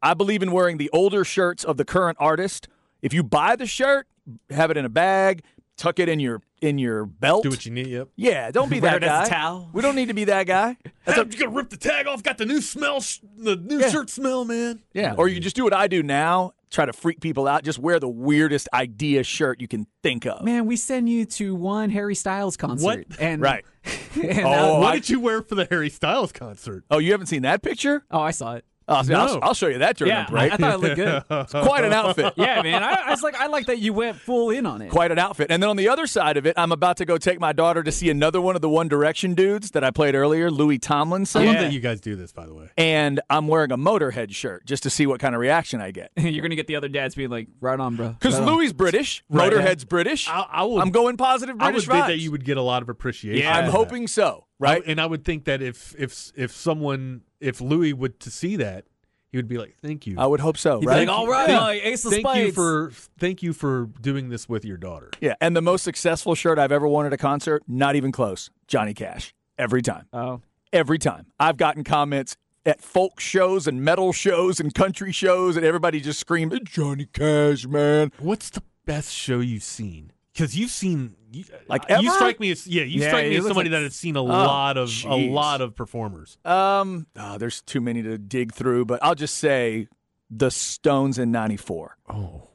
[SPEAKER 5] I believe in wearing the older shirts of the current artist. If you buy the shirt, have it in a bag, tuck it in your in your belt.
[SPEAKER 9] do what you need. Yep.
[SPEAKER 5] yeah, don't be
[SPEAKER 10] Wear
[SPEAKER 5] that
[SPEAKER 10] it as
[SPEAKER 5] guy.
[SPEAKER 10] a towel.
[SPEAKER 5] We don't need to be that guy.
[SPEAKER 9] That's I'm just gonna rip the tag off. Got the new smell, sh- the new
[SPEAKER 5] Yeah.
[SPEAKER 9] shirt smell, man.
[SPEAKER 5] Yeah. Or you just do what I do now, try to freak people out. Just wear the weirdest idea shirt you can think of.
[SPEAKER 10] Man, we send you to one Harry Styles concert.
[SPEAKER 9] What?
[SPEAKER 10] And,
[SPEAKER 5] Right.
[SPEAKER 10] and
[SPEAKER 5] Oh,
[SPEAKER 10] that-
[SPEAKER 9] What
[SPEAKER 5] I-
[SPEAKER 9] did you wear for the Harry Styles concert?
[SPEAKER 5] Oh, you haven't seen that picture?
[SPEAKER 10] oh, I saw it.
[SPEAKER 5] Oh, see,
[SPEAKER 9] No.
[SPEAKER 5] I'll, I'll show you that during
[SPEAKER 10] Yeah,
[SPEAKER 5] the
[SPEAKER 10] I,
[SPEAKER 5] break.
[SPEAKER 10] I thought it looked good.
[SPEAKER 5] it's quite an outfit.
[SPEAKER 10] yeah, man. I, I was like, I like that you went full in on it.
[SPEAKER 5] Quite an outfit. And then on the other side of it, I'm about to go take my daughter to see another one of the One Direction dudes that I played earlier, Louis
[SPEAKER 9] I
[SPEAKER 5] Tomlinson.
[SPEAKER 9] love that you guys do this, by the way.
[SPEAKER 5] And I'm wearing a Motorhead shirt just to see what kind of reaction I get.
[SPEAKER 10] You're gonna get the other dads being like, right on, bro.
[SPEAKER 5] Because
[SPEAKER 10] Right on.
[SPEAKER 5] Louis British,
[SPEAKER 9] Uh, Right.
[SPEAKER 5] Motorhead's British.
[SPEAKER 9] I- I would-
[SPEAKER 5] am going positive
[SPEAKER 9] I would
[SPEAKER 5] British
[SPEAKER 9] think
[SPEAKER 5] vibes.
[SPEAKER 9] that you would get a lot of appreciation.
[SPEAKER 5] I'm
[SPEAKER 9] for
[SPEAKER 5] hoping so,
[SPEAKER 9] that. I-
[SPEAKER 5] right?
[SPEAKER 9] and I would think that if if if someone if Louis would to see that, he would be like, "Thank you."
[SPEAKER 5] I would hope so,
[SPEAKER 10] He's
[SPEAKER 5] right?
[SPEAKER 10] like, all right,
[SPEAKER 9] Yeah.
[SPEAKER 10] like, Ace of
[SPEAKER 9] thank you
[SPEAKER 10] Spades.
[SPEAKER 9] for thank you for doing this with your daughter.
[SPEAKER 5] Yeah, and the most successful shirt I've ever worn at a concert, not even close, Johnny Cash. Every time.
[SPEAKER 10] Oh,
[SPEAKER 5] Every time. I've gotten comments at folk shows and metal shows and country shows, and everybody just screamed, Johnny Cash, man.
[SPEAKER 9] What's the best show you've seen? Because you've seen you,
[SPEAKER 5] Like
[SPEAKER 9] uh, you
[SPEAKER 5] ever?
[SPEAKER 9] strike me as yeah you
[SPEAKER 10] Yeah,
[SPEAKER 9] strike me
[SPEAKER 10] it
[SPEAKER 9] as
[SPEAKER 10] looks
[SPEAKER 9] somebody
[SPEAKER 10] like- Oh, Uh,
[SPEAKER 9] that has seen a lot of a
[SPEAKER 5] jeez.
[SPEAKER 9] lot of performers.
[SPEAKER 5] Um, ah, There's too many to dig through, but I'll just say the Stones in 94.
[SPEAKER 9] Oh,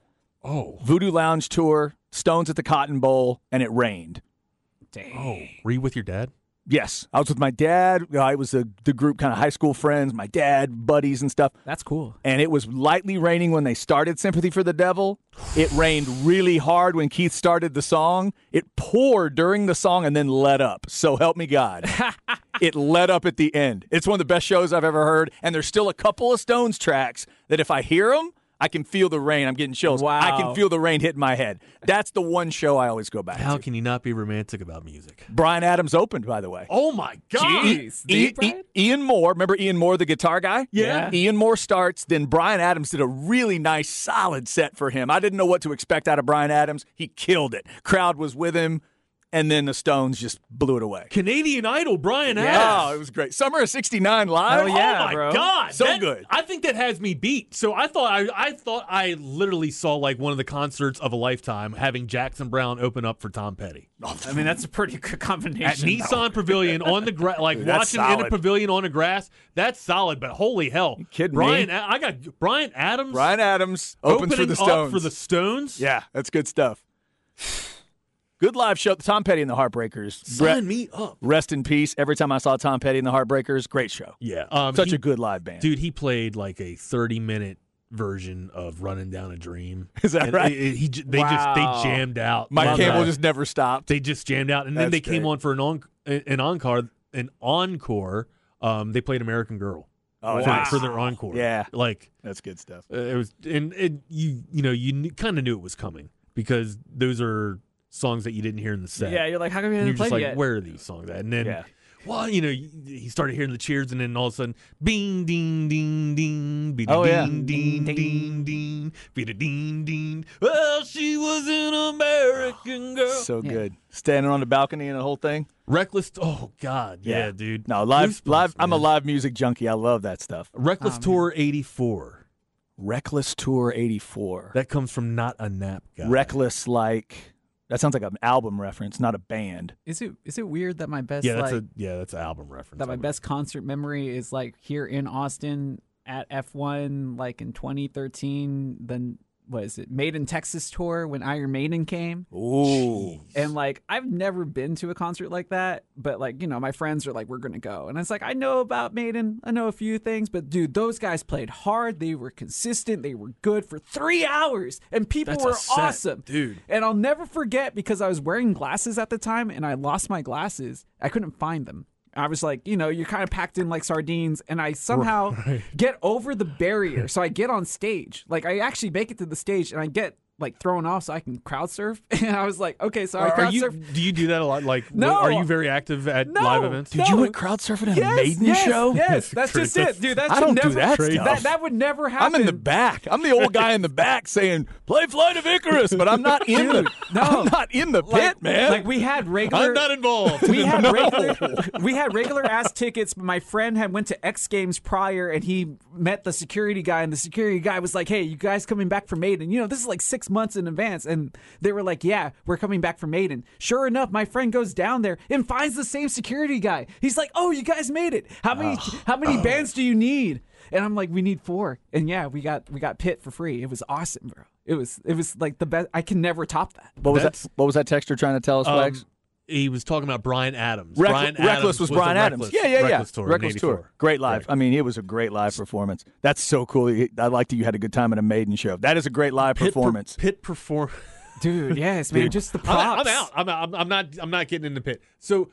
[SPEAKER 9] oh,
[SPEAKER 5] Voodoo Lounge Tour, Stones at the Cotton Bowl, and it rained.
[SPEAKER 10] dang.
[SPEAKER 9] oh. Were you with your dad?
[SPEAKER 5] Yes, I was with my dad. Uh, It was the, the group, kind of high school friends, my dad, buddies, and stuff.
[SPEAKER 10] That's cool.
[SPEAKER 5] and it was lightly raining when they started Sympathy for the Devil. It rained really hard when Keith started the song. It poured during the song and then let up. So help me God. it let up at the end. It's one of the best shows I've ever heard. And there's still a couple of Stones tracks that if I hear them, I can feel the rain. I'm getting chills.
[SPEAKER 10] Wow.
[SPEAKER 5] I can feel the rain hitting my head. That's the one show I always go back
[SPEAKER 9] How
[SPEAKER 5] to.
[SPEAKER 9] can you not be romantic about music?
[SPEAKER 5] Brian Adams opened, by the way.
[SPEAKER 9] Oh my
[SPEAKER 10] Jeez,
[SPEAKER 5] I-
[SPEAKER 10] dude,
[SPEAKER 5] I-
[SPEAKER 10] Brian?
[SPEAKER 5] E- Ian Moore, remember Ian Moore, the guitar guy?
[SPEAKER 10] Yeah.
[SPEAKER 5] Ian Moore starts, then Brian Adams did a really nice, solid set for him. I didn't know what to expect out of Brian Adams. He killed it. Crowd was with him, and then the Stones just blew it away.
[SPEAKER 9] Canadian Idol, Brian Oh
[SPEAKER 5] Oh, it was great. Summer of '69 live. Oh
[SPEAKER 10] Hell yeah,
[SPEAKER 9] my
[SPEAKER 10] bro.
[SPEAKER 9] god,
[SPEAKER 5] So
[SPEAKER 9] That-
[SPEAKER 5] good.
[SPEAKER 9] I think that has me beat. So I thought I, I thought I literally saw like one of the concerts of a lifetime having Jackson Brown open up for Tom Petty
[SPEAKER 10] I mean, that's a pretty good combination.
[SPEAKER 9] at Nissan Pavilion on the grass, like
[SPEAKER 5] Dude, that's
[SPEAKER 9] watching in a
[SPEAKER 5] solid.
[SPEAKER 9] pavilion on the grass. That's solid, but holy hell,
[SPEAKER 5] kidding
[SPEAKER 9] Brian,
[SPEAKER 5] me?
[SPEAKER 9] A- I got Brian Adams
[SPEAKER 5] Brian Adams opens
[SPEAKER 9] opening
[SPEAKER 5] for the
[SPEAKER 9] up
[SPEAKER 5] Stones.
[SPEAKER 9] for the Stones.
[SPEAKER 5] yeah, that's good stuff. Good live show. Tom Petty and the Heartbreakers. Re-
[SPEAKER 9] sign me up.
[SPEAKER 5] Rest in peace. Every time I saw Tom Petty and the Heartbreakers, great show.
[SPEAKER 9] Yeah, um,
[SPEAKER 5] Such
[SPEAKER 9] he-
[SPEAKER 5] a good live band.
[SPEAKER 9] dude. He played like a thirty minute version of running down a dream.
[SPEAKER 5] Is that
[SPEAKER 9] And
[SPEAKER 5] right?
[SPEAKER 9] it- it- he j- they
[SPEAKER 5] Wow.
[SPEAKER 9] just they jammed out.
[SPEAKER 5] Mike
[SPEAKER 9] Love
[SPEAKER 5] Campbell
[SPEAKER 9] that.
[SPEAKER 5] just never stopped.
[SPEAKER 9] They just jammed out, and then they
[SPEAKER 5] That's
[SPEAKER 9] came
[SPEAKER 5] great.
[SPEAKER 9] on for an on, an encore an encore. Um, they played American Girl.
[SPEAKER 5] Oh,
[SPEAKER 9] for,
[SPEAKER 5] nice.
[SPEAKER 9] for their encore.
[SPEAKER 5] Yeah.
[SPEAKER 9] like
[SPEAKER 5] That's good stuff.
[SPEAKER 9] uh, It was, and it, you you know you kind of knew it was coming because those are songs that you didn't hear in the set.
[SPEAKER 10] Yeah, you're like, how come you
[SPEAKER 9] And you're
[SPEAKER 10] didn't play
[SPEAKER 9] just like,
[SPEAKER 10] yet?
[SPEAKER 9] where are these songs at? And then,
[SPEAKER 10] Yeah.
[SPEAKER 9] well, you know, y- he started hearing the cheers, and then all of a sudden, bing, ding, ding, ding, be
[SPEAKER 5] Oh, yeah.
[SPEAKER 9] ding, ding, ding, ding, be ding, ding. Well, she was an American girl.
[SPEAKER 5] So good. Standing on the balcony and the whole thing.
[SPEAKER 9] Reckless. Oh God, yeah, dude.
[SPEAKER 5] No, live,
[SPEAKER 9] Goosebumps,
[SPEAKER 5] live. I'm a
[SPEAKER 9] man.
[SPEAKER 5] live music junkie. I love that stuff.
[SPEAKER 9] Reckless Tour '84.
[SPEAKER 5] Reckless Tour '84.
[SPEAKER 9] That comes from Not a Nap Guy.
[SPEAKER 5] Reckless, like that sounds like an album reference, not a band.
[SPEAKER 10] Is it is it weird that my best
[SPEAKER 9] yeah, that's
[SPEAKER 10] like
[SPEAKER 9] a yeah, that's an album reference.
[SPEAKER 10] that my
[SPEAKER 9] I would-
[SPEAKER 10] best concert memory is like here in Austin at F1 like in 2013 then what is it Made in Texas tour when Iron Maiden came
[SPEAKER 5] Ooh,
[SPEAKER 10] and like I've never been to a concert like that but like you know my friends are like we're going to go and it's like I know about Maiden I know a few things but dude those guys played hard they were consistent they were good for 3 hours and people
[SPEAKER 9] That's a
[SPEAKER 10] were
[SPEAKER 9] set,
[SPEAKER 10] awesome
[SPEAKER 9] dude.
[SPEAKER 10] and I'll never forget because I was wearing glasses at the time and I lost my glasses. I couldn't find them. I was like, you know, you're kind of packed in like sardines, and I somehow get over the barrier. So I get on stage. Like, I actually make it to the stage and I get like thrown off so I can crowd surf. And I was like, okay, so I
[SPEAKER 9] Are
[SPEAKER 10] crowd
[SPEAKER 9] you?
[SPEAKER 10] surf.
[SPEAKER 9] Do you do that a lot? Like,
[SPEAKER 10] No.
[SPEAKER 9] are you very active at
[SPEAKER 10] No,
[SPEAKER 9] live events?
[SPEAKER 10] Dude, you no. went
[SPEAKER 5] crowd surfing at
[SPEAKER 10] Yes,
[SPEAKER 5] a Maiden
[SPEAKER 10] yes,
[SPEAKER 5] show.
[SPEAKER 10] Yes, that's
[SPEAKER 9] crazy.
[SPEAKER 10] just it, dude. That
[SPEAKER 5] I
[SPEAKER 10] should
[SPEAKER 5] don't do
[SPEAKER 10] never,
[SPEAKER 5] that stuff.
[SPEAKER 10] That, that would never happen.
[SPEAKER 5] I'm in the back. I'm the old guy in the back saying, "Play Flight of Icarus," but I'm not in the.
[SPEAKER 10] no.
[SPEAKER 5] I'm not in the pit,
[SPEAKER 10] like,
[SPEAKER 5] man.
[SPEAKER 10] Like we had regular.
[SPEAKER 9] I'm not involved.
[SPEAKER 10] we had
[SPEAKER 5] No.
[SPEAKER 10] regular we had regular ass tickets but my friend had went to x games prior and he met the security guy and the security guy was like hey you guys coming back for maiden you know this is like six months in advance and they were like yeah we're coming back for maiden sure enough my friend goes down there and finds the same security guy he's like oh you guys made it how many
[SPEAKER 9] Ah.
[SPEAKER 10] how many bands do you need and i'm like we need four and yeah we got we got pit for free it was awesome bro it was it was like the best i can never top that
[SPEAKER 5] what was
[SPEAKER 9] That's-
[SPEAKER 5] that? What was that texture trying to tell us,
[SPEAKER 9] Um,
[SPEAKER 5] Wags?
[SPEAKER 9] he was talking about Brian Adams.
[SPEAKER 5] Reck-
[SPEAKER 9] Brian
[SPEAKER 5] Reckless
[SPEAKER 9] Adams
[SPEAKER 5] was
[SPEAKER 9] the
[SPEAKER 5] Brian Adams.
[SPEAKER 9] Reckless-
[SPEAKER 5] yeah, yeah, yeah.
[SPEAKER 9] Reckless tour. in
[SPEAKER 5] Reckless
[SPEAKER 9] 84.
[SPEAKER 5] tour. Great live. I mean, it was a great live performance. That's so cool. I liked that you had a good time at a Maiden show. That is a great live
[SPEAKER 9] Pit per-
[SPEAKER 5] performance.
[SPEAKER 9] Pit perform.
[SPEAKER 10] dude yes man just the
[SPEAKER 9] I'm
[SPEAKER 10] props
[SPEAKER 9] out. I'm out. I'm out. I'm, I'm not. I'm not getting in the pit. So,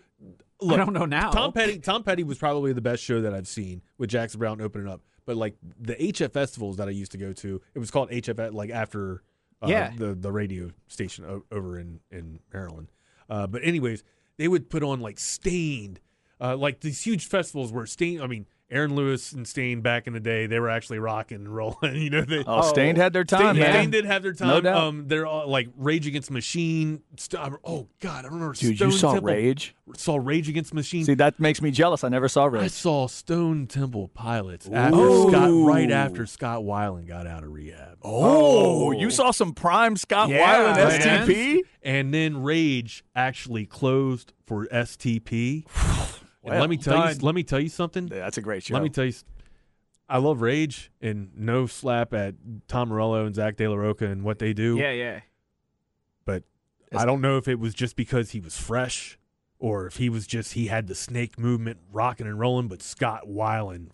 [SPEAKER 9] look,
[SPEAKER 10] don't know now.
[SPEAKER 9] Tom Petty. Tom Petty was probably the best show that I've seen with Jackson Brown opening up. But like the HF festivals that I used to go to, it was called HF. Like after uh,
[SPEAKER 10] Yeah.
[SPEAKER 9] the the radio station o- over in in Maryland. Uh, but anyways, they would put on like Stained, uh, like these huge festivals where Stain. I mean. Aaron Lewis and Stain back in the day, they were actually rocking and rolling. You know, they,
[SPEAKER 5] Oh, Stained had their time,
[SPEAKER 9] Stain,
[SPEAKER 5] man.
[SPEAKER 9] Stain did have their time.
[SPEAKER 5] No doubt.
[SPEAKER 9] Um, they're all like Rage Against Machine. St- I- oh God, I remember.
[SPEAKER 5] Dude,
[SPEAKER 9] Stone
[SPEAKER 5] you saw
[SPEAKER 9] Temple,
[SPEAKER 5] Rage.
[SPEAKER 9] Saw Rage Against Machine.
[SPEAKER 5] See, that makes me jealous. I never saw
[SPEAKER 9] I
[SPEAKER 5] Rage.
[SPEAKER 9] saw Stone Temple Pilots after Scott, right after Scott Weiland got out of rehab,
[SPEAKER 5] Oh, you saw some prime Scott
[SPEAKER 10] Yeah,
[SPEAKER 5] Weiland
[SPEAKER 10] man.
[SPEAKER 5] STP.
[SPEAKER 9] and then Rage actually closed for STP. And
[SPEAKER 5] Well
[SPEAKER 9] let me tell
[SPEAKER 5] done.
[SPEAKER 9] you, let me tell you something.
[SPEAKER 5] Yeah, That's a great show.
[SPEAKER 9] Let me tell you, s- I love Rage and no slap at Tom Morello and Zach De La Roca and what they do.
[SPEAKER 10] yeah yeah
[SPEAKER 9] but I don't know if it was just because he was fresh or if he was just he had the snake movement rocking and rolling. But Scott Weiland,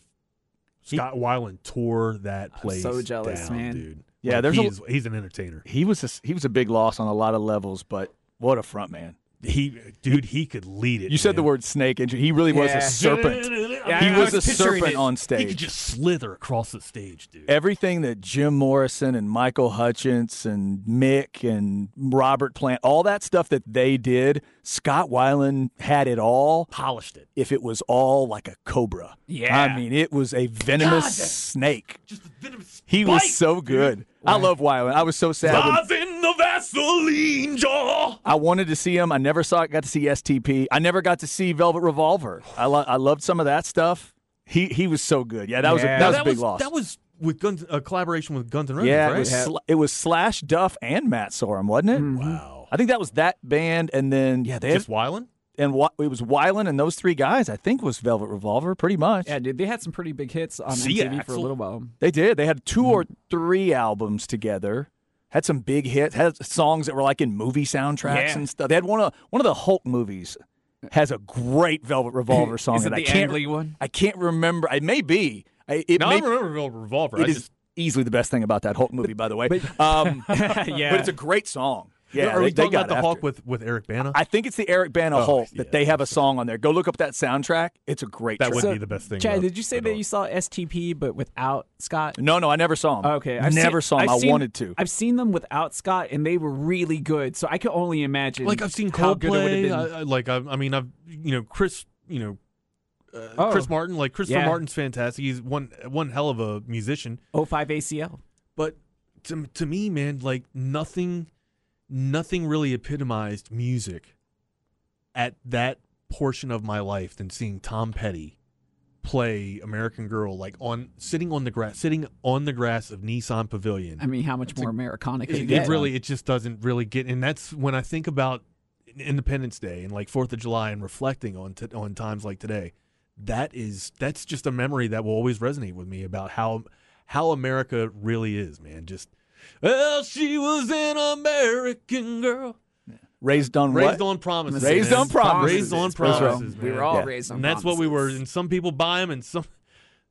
[SPEAKER 9] Scott Weiland tore that place.
[SPEAKER 10] so jealous,
[SPEAKER 9] down,
[SPEAKER 10] man.
[SPEAKER 9] Dude.
[SPEAKER 5] Yeah,
[SPEAKER 9] Like,
[SPEAKER 5] there's a-
[SPEAKER 9] he's, he's an entertainer.
[SPEAKER 5] he was a, he was a big loss on a lot of levels, but what a front man.
[SPEAKER 9] He, dude, he could lead it.
[SPEAKER 5] You said the
[SPEAKER 9] man.
[SPEAKER 5] word snake, and he really was
[SPEAKER 10] Yeah.
[SPEAKER 5] a serpent.
[SPEAKER 9] I
[SPEAKER 5] he
[SPEAKER 9] mean, I
[SPEAKER 5] was, a
[SPEAKER 9] picturing
[SPEAKER 5] serpent
[SPEAKER 9] it.
[SPEAKER 5] on
[SPEAKER 9] He
[SPEAKER 5] stage.
[SPEAKER 9] could just slither across the stage, dude.
[SPEAKER 5] everything that Jim Morrison and Michael Hutchence and Mick and Robert Plant, all that stuff that they did, Scott Weiland had it all.
[SPEAKER 9] Polished it.
[SPEAKER 5] If it was all like a cobra,
[SPEAKER 10] Yeah.
[SPEAKER 5] I mean, it was a venomous snake.
[SPEAKER 9] Just the venomous.
[SPEAKER 5] He
[SPEAKER 9] spike,
[SPEAKER 5] was so
[SPEAKER 9] dude.
[SPEAKER 5] good. I love Weiland. I was so sad. when-
[SPEAKER 9] Lies in the Vaseline jar.
[SPEAKER 5] I wanted to see him. I never saw it. Got to see STP. I never got to see Velvet Revolver. I lo- I loved some of that stuff. He he was so good. Yeah, that was a, that
[SPEAKER 9] Now,
[SPEAKER 5] was a big loss.
[SPEAKER 9] That was with Guns, a collaboration with Guns N' Roses,
[SPEAKER 5] yeah,
[SPEAKER 9] right?
[SPEAKER 5] it was, Sla- it was Slash Duff and Matt Sorum, wasn't it?
[SPEAKER 9] Wow.
[SPEAKER 5] I think that was that band, and then yeah, they had,
[SPEAKER 9] Just Wyland?
[SPEAKER 5] and Wy- it was Wyland and those three guys. I think was Velvet Revolver, pretty much.
[SPEAKER 10] Yeah, dude, they had some pretty big hits on
[SPEAKER 9] See
[SPEAKER 10] MTV
[SPEAKER 9] ya,
[SPEAKER 10] for a
[SPEAKER 9] Axl.
[SPEAKER 10] little while.
[SPEAKER 5] They did. They had two or three albums together. Had some big hits. Had songs that were like in movie soundtracks
[SPEAKER 10] Yeah.
[SPEAKER 5] and stuff. They had one of one of the Hulk movies has a great Velvet Revolver song.
[SPEAKER 10] Is it
[SPEAKER 5] and
[SPEAKER 10] the
[SPEAKER 5] I can't
[SPEAKER 10] Ang Lee one?
[SPEAKER 5] I can't remember. It may be. I, it
[SPEAKER 9] No,
[SPEAKER 5] may,
[SPEAKER 9] I remember Velvet Revolver. I
[SPEAKER 5] it is-
[SPEAKER 9] just
[SPEAKER 5] easily the best thing about that Hulk movie, by the way. But, um, yeah. but it's a great song. Yeah,
[SPEAKER 9] are we
[SPEAKER 5] they, they
[SPEAKER 9] talking
[SPEAKER 5] got
[SPEAKER 9] about the
[SPEAKER 5] after
[SPEAKER 9] Hulk
[SPEAKER 5] it.
[SPEAKER 9] with, with Eric Bana?
[SPEAKER 5] I think it's the Eric Bana
[SPEAKER 9] Oh,
[SPEAKER 5] Hulk
[SPEAKER 9] yeah,
[SPEAKER 5] that they have a song on there. Go look up that soundtrack. It's a great.
[SPEAKER 9] That would
[SPEAKER 5] track.
[SPEAKER 9] be the best thing.
[SPEAKER 10] Chad,
[SPEAKER 9] about-
[SPEAKER 10] did you say that you saw STP but without Scott? Oh,
[SPEAKER 5] No, no, I never saw him.
[SPEAKER 10] Okay, I've
[SPEAKER 5] never
[SPEAKER 10] seen-
[SPEAKER 5] saw him.
[SPEAKER 10] I've
[SPEAKER 5] I
[SPEAKER 10] seen-
[SPEAKER 5] wanted to.
[SPEAKER 10] I've seen them without Scott, and they were really good. So I can only imagine.
[SPEAKER 9] like I've seen
[SPEAKER 10] how good it would have
[SPEAKER 9] Coldplay.
[SPEAKER 10] been.
[SPEAKER 9] I, I, like I, I mean, I've you know Chris, you know. Uh,
[SPEAKER 10] Oh.
[SPEAKER 9] Chris Martin, like Christopher
[SPEAKER 10] Yeah.
[SPEAKER 9] Martin's fantastic. He's one one hell of a musician.
[SPEAKER 10] 05 ACL.
[SPEAKER 9] But to to me, man, like nothing, nothing really epitomized music at that portion of my life than seeing Tom Petty play American Girl, like on sitting on the grass, sitting on the grass of Nissan Pavilion.
[SPEAKER 10] I mean, how much more Americana could
[SPEAKER 9] It-
[SPEAKER 10] it,
[SPEAKER 9] it,
[SPEAKER 10] get?
[SPEAKER 9] really it just doesn't really get and that's when i think about independence day and like fourth of july and reflecting on t- on times like today that is that's just a memory that will always resonate with me about how how america really is man just well she was an american girl
[SPEAKER 5] Raised on
[SPEAKER 9] Raised
[SPEAKER 5] what?
[SPEAKER 9] on promises.
[SPEAKER 5] Raised
[SPEAKER 9] man.
[SPEAKER 5] on promises.
[SPEAKER 9] Raised on
[SPEAKER 5] That's right.
[SPEAKER 9] promises.
[SPEAKER 10] We
[SPEAKER 9] man.
[SPEAKER 10] were all Yeah. raised on
[SPEAKER 9] And that's what we were.
[SPEAKER 10] promises.
[SPEAKER 9] And some people buy them, and some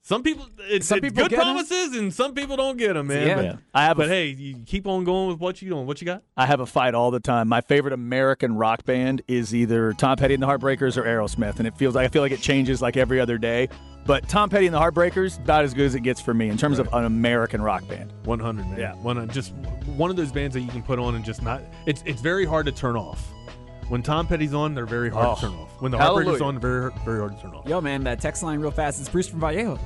[SPEAKER 9] some people it's,
[SPEAKER 10] Some
[SPEAKER 9] it's
[SPEAKER 10] people
[SPEAKER 9] good
[SPEAKER 10] get 'em.
[SPEAKER 9] promises, and some people don't get them, man.
[SPEAKER 10] Yeah.
[SPEAKER 9] But,
[SPEAKER 10] Yeah.
[SPEAKER 5] I have a
[SPEAKER 9] but hey, you keep on going with what you doing. What you got?
[SPEAKER 5] I have a fight all the time. My favorite American rock band is either Tom Petty and the Heartbreakers or Aerosmith, and it feels like I feel like it changes like every other day. But Tom Petty and the Heartbreakers about as good as it gets for me in terms of an American rock band.
[SPEAKER 9] One hundred, man.
[SPEAKER 5] Yeah.
[SPEAKER 9] One hun- just one of those bands that you can put on and just not. It's it's very hard to turn off. When Tom Petty's on, they're very hard to
[SPEAKER 5] Oh,
[SPEAKER 9] turn off. When the
[SPEAKER 5] hallelujah.
[SPEAKER 9] Heartbreakers on, very very hard to turn off.
[SPEAKER 10] Yo, man, that text line real fast. It's Bruce from Vallejo.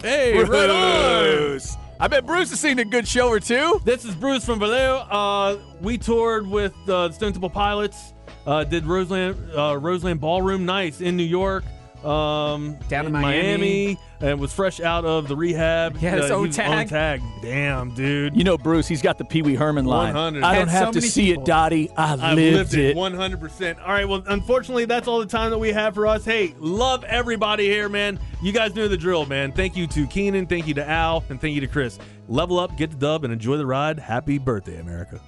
[SPEAKER 9] Hey,
[SPEAKER 5] Bruce! I bet Bruce has seen a good show or two.
[SPEAKER 9] This is Bruce from Vallejo. Uh, we toured with uh, the Stone Temple Pilots. Uh, did Roseland uh, Roseland Ballroom nights in New York. Um,
[SPEAKER 10] Down in
[SPEAKER 9] Miami, and was fresh out of the rehab.
[SPEAKER 10] Yeah, his
[SPEAKER 9] uh, he
[SPEAKER 10] own
[SPEAKER 9] was
[SPEAKER 10] tag.
[SPEAKER 9] on tag. Damn, dude.
[SPEAKER 5] You know, Bruce, he's got the Pee Wee Herman line.
[SPEAKER 9] 100.
[SPEAKER 5] I don't
[SPEAKER 9] And
[SPEAKER 5] have
[SPEAKER 10] so
[SPEAKER 5] to
[SPEAKER 10] many
[SPEAKER 5] see
[SPEAKER 10] people-
[SPEAKER 5] it, Dottie. I,
[SPEAKER 9] I've
[SPEAKER 5] lived,
[SPEAKER 9] lived it 100%. All right, well, unfortunately, that's all the time that we have for us. Hey, love everybody here, man. You guys knew the drill, man. Thank you to Keenan, thank you to Al, and thank you to Chris. Level up, get the dub, and enjoy the ride. Happy birthday, America.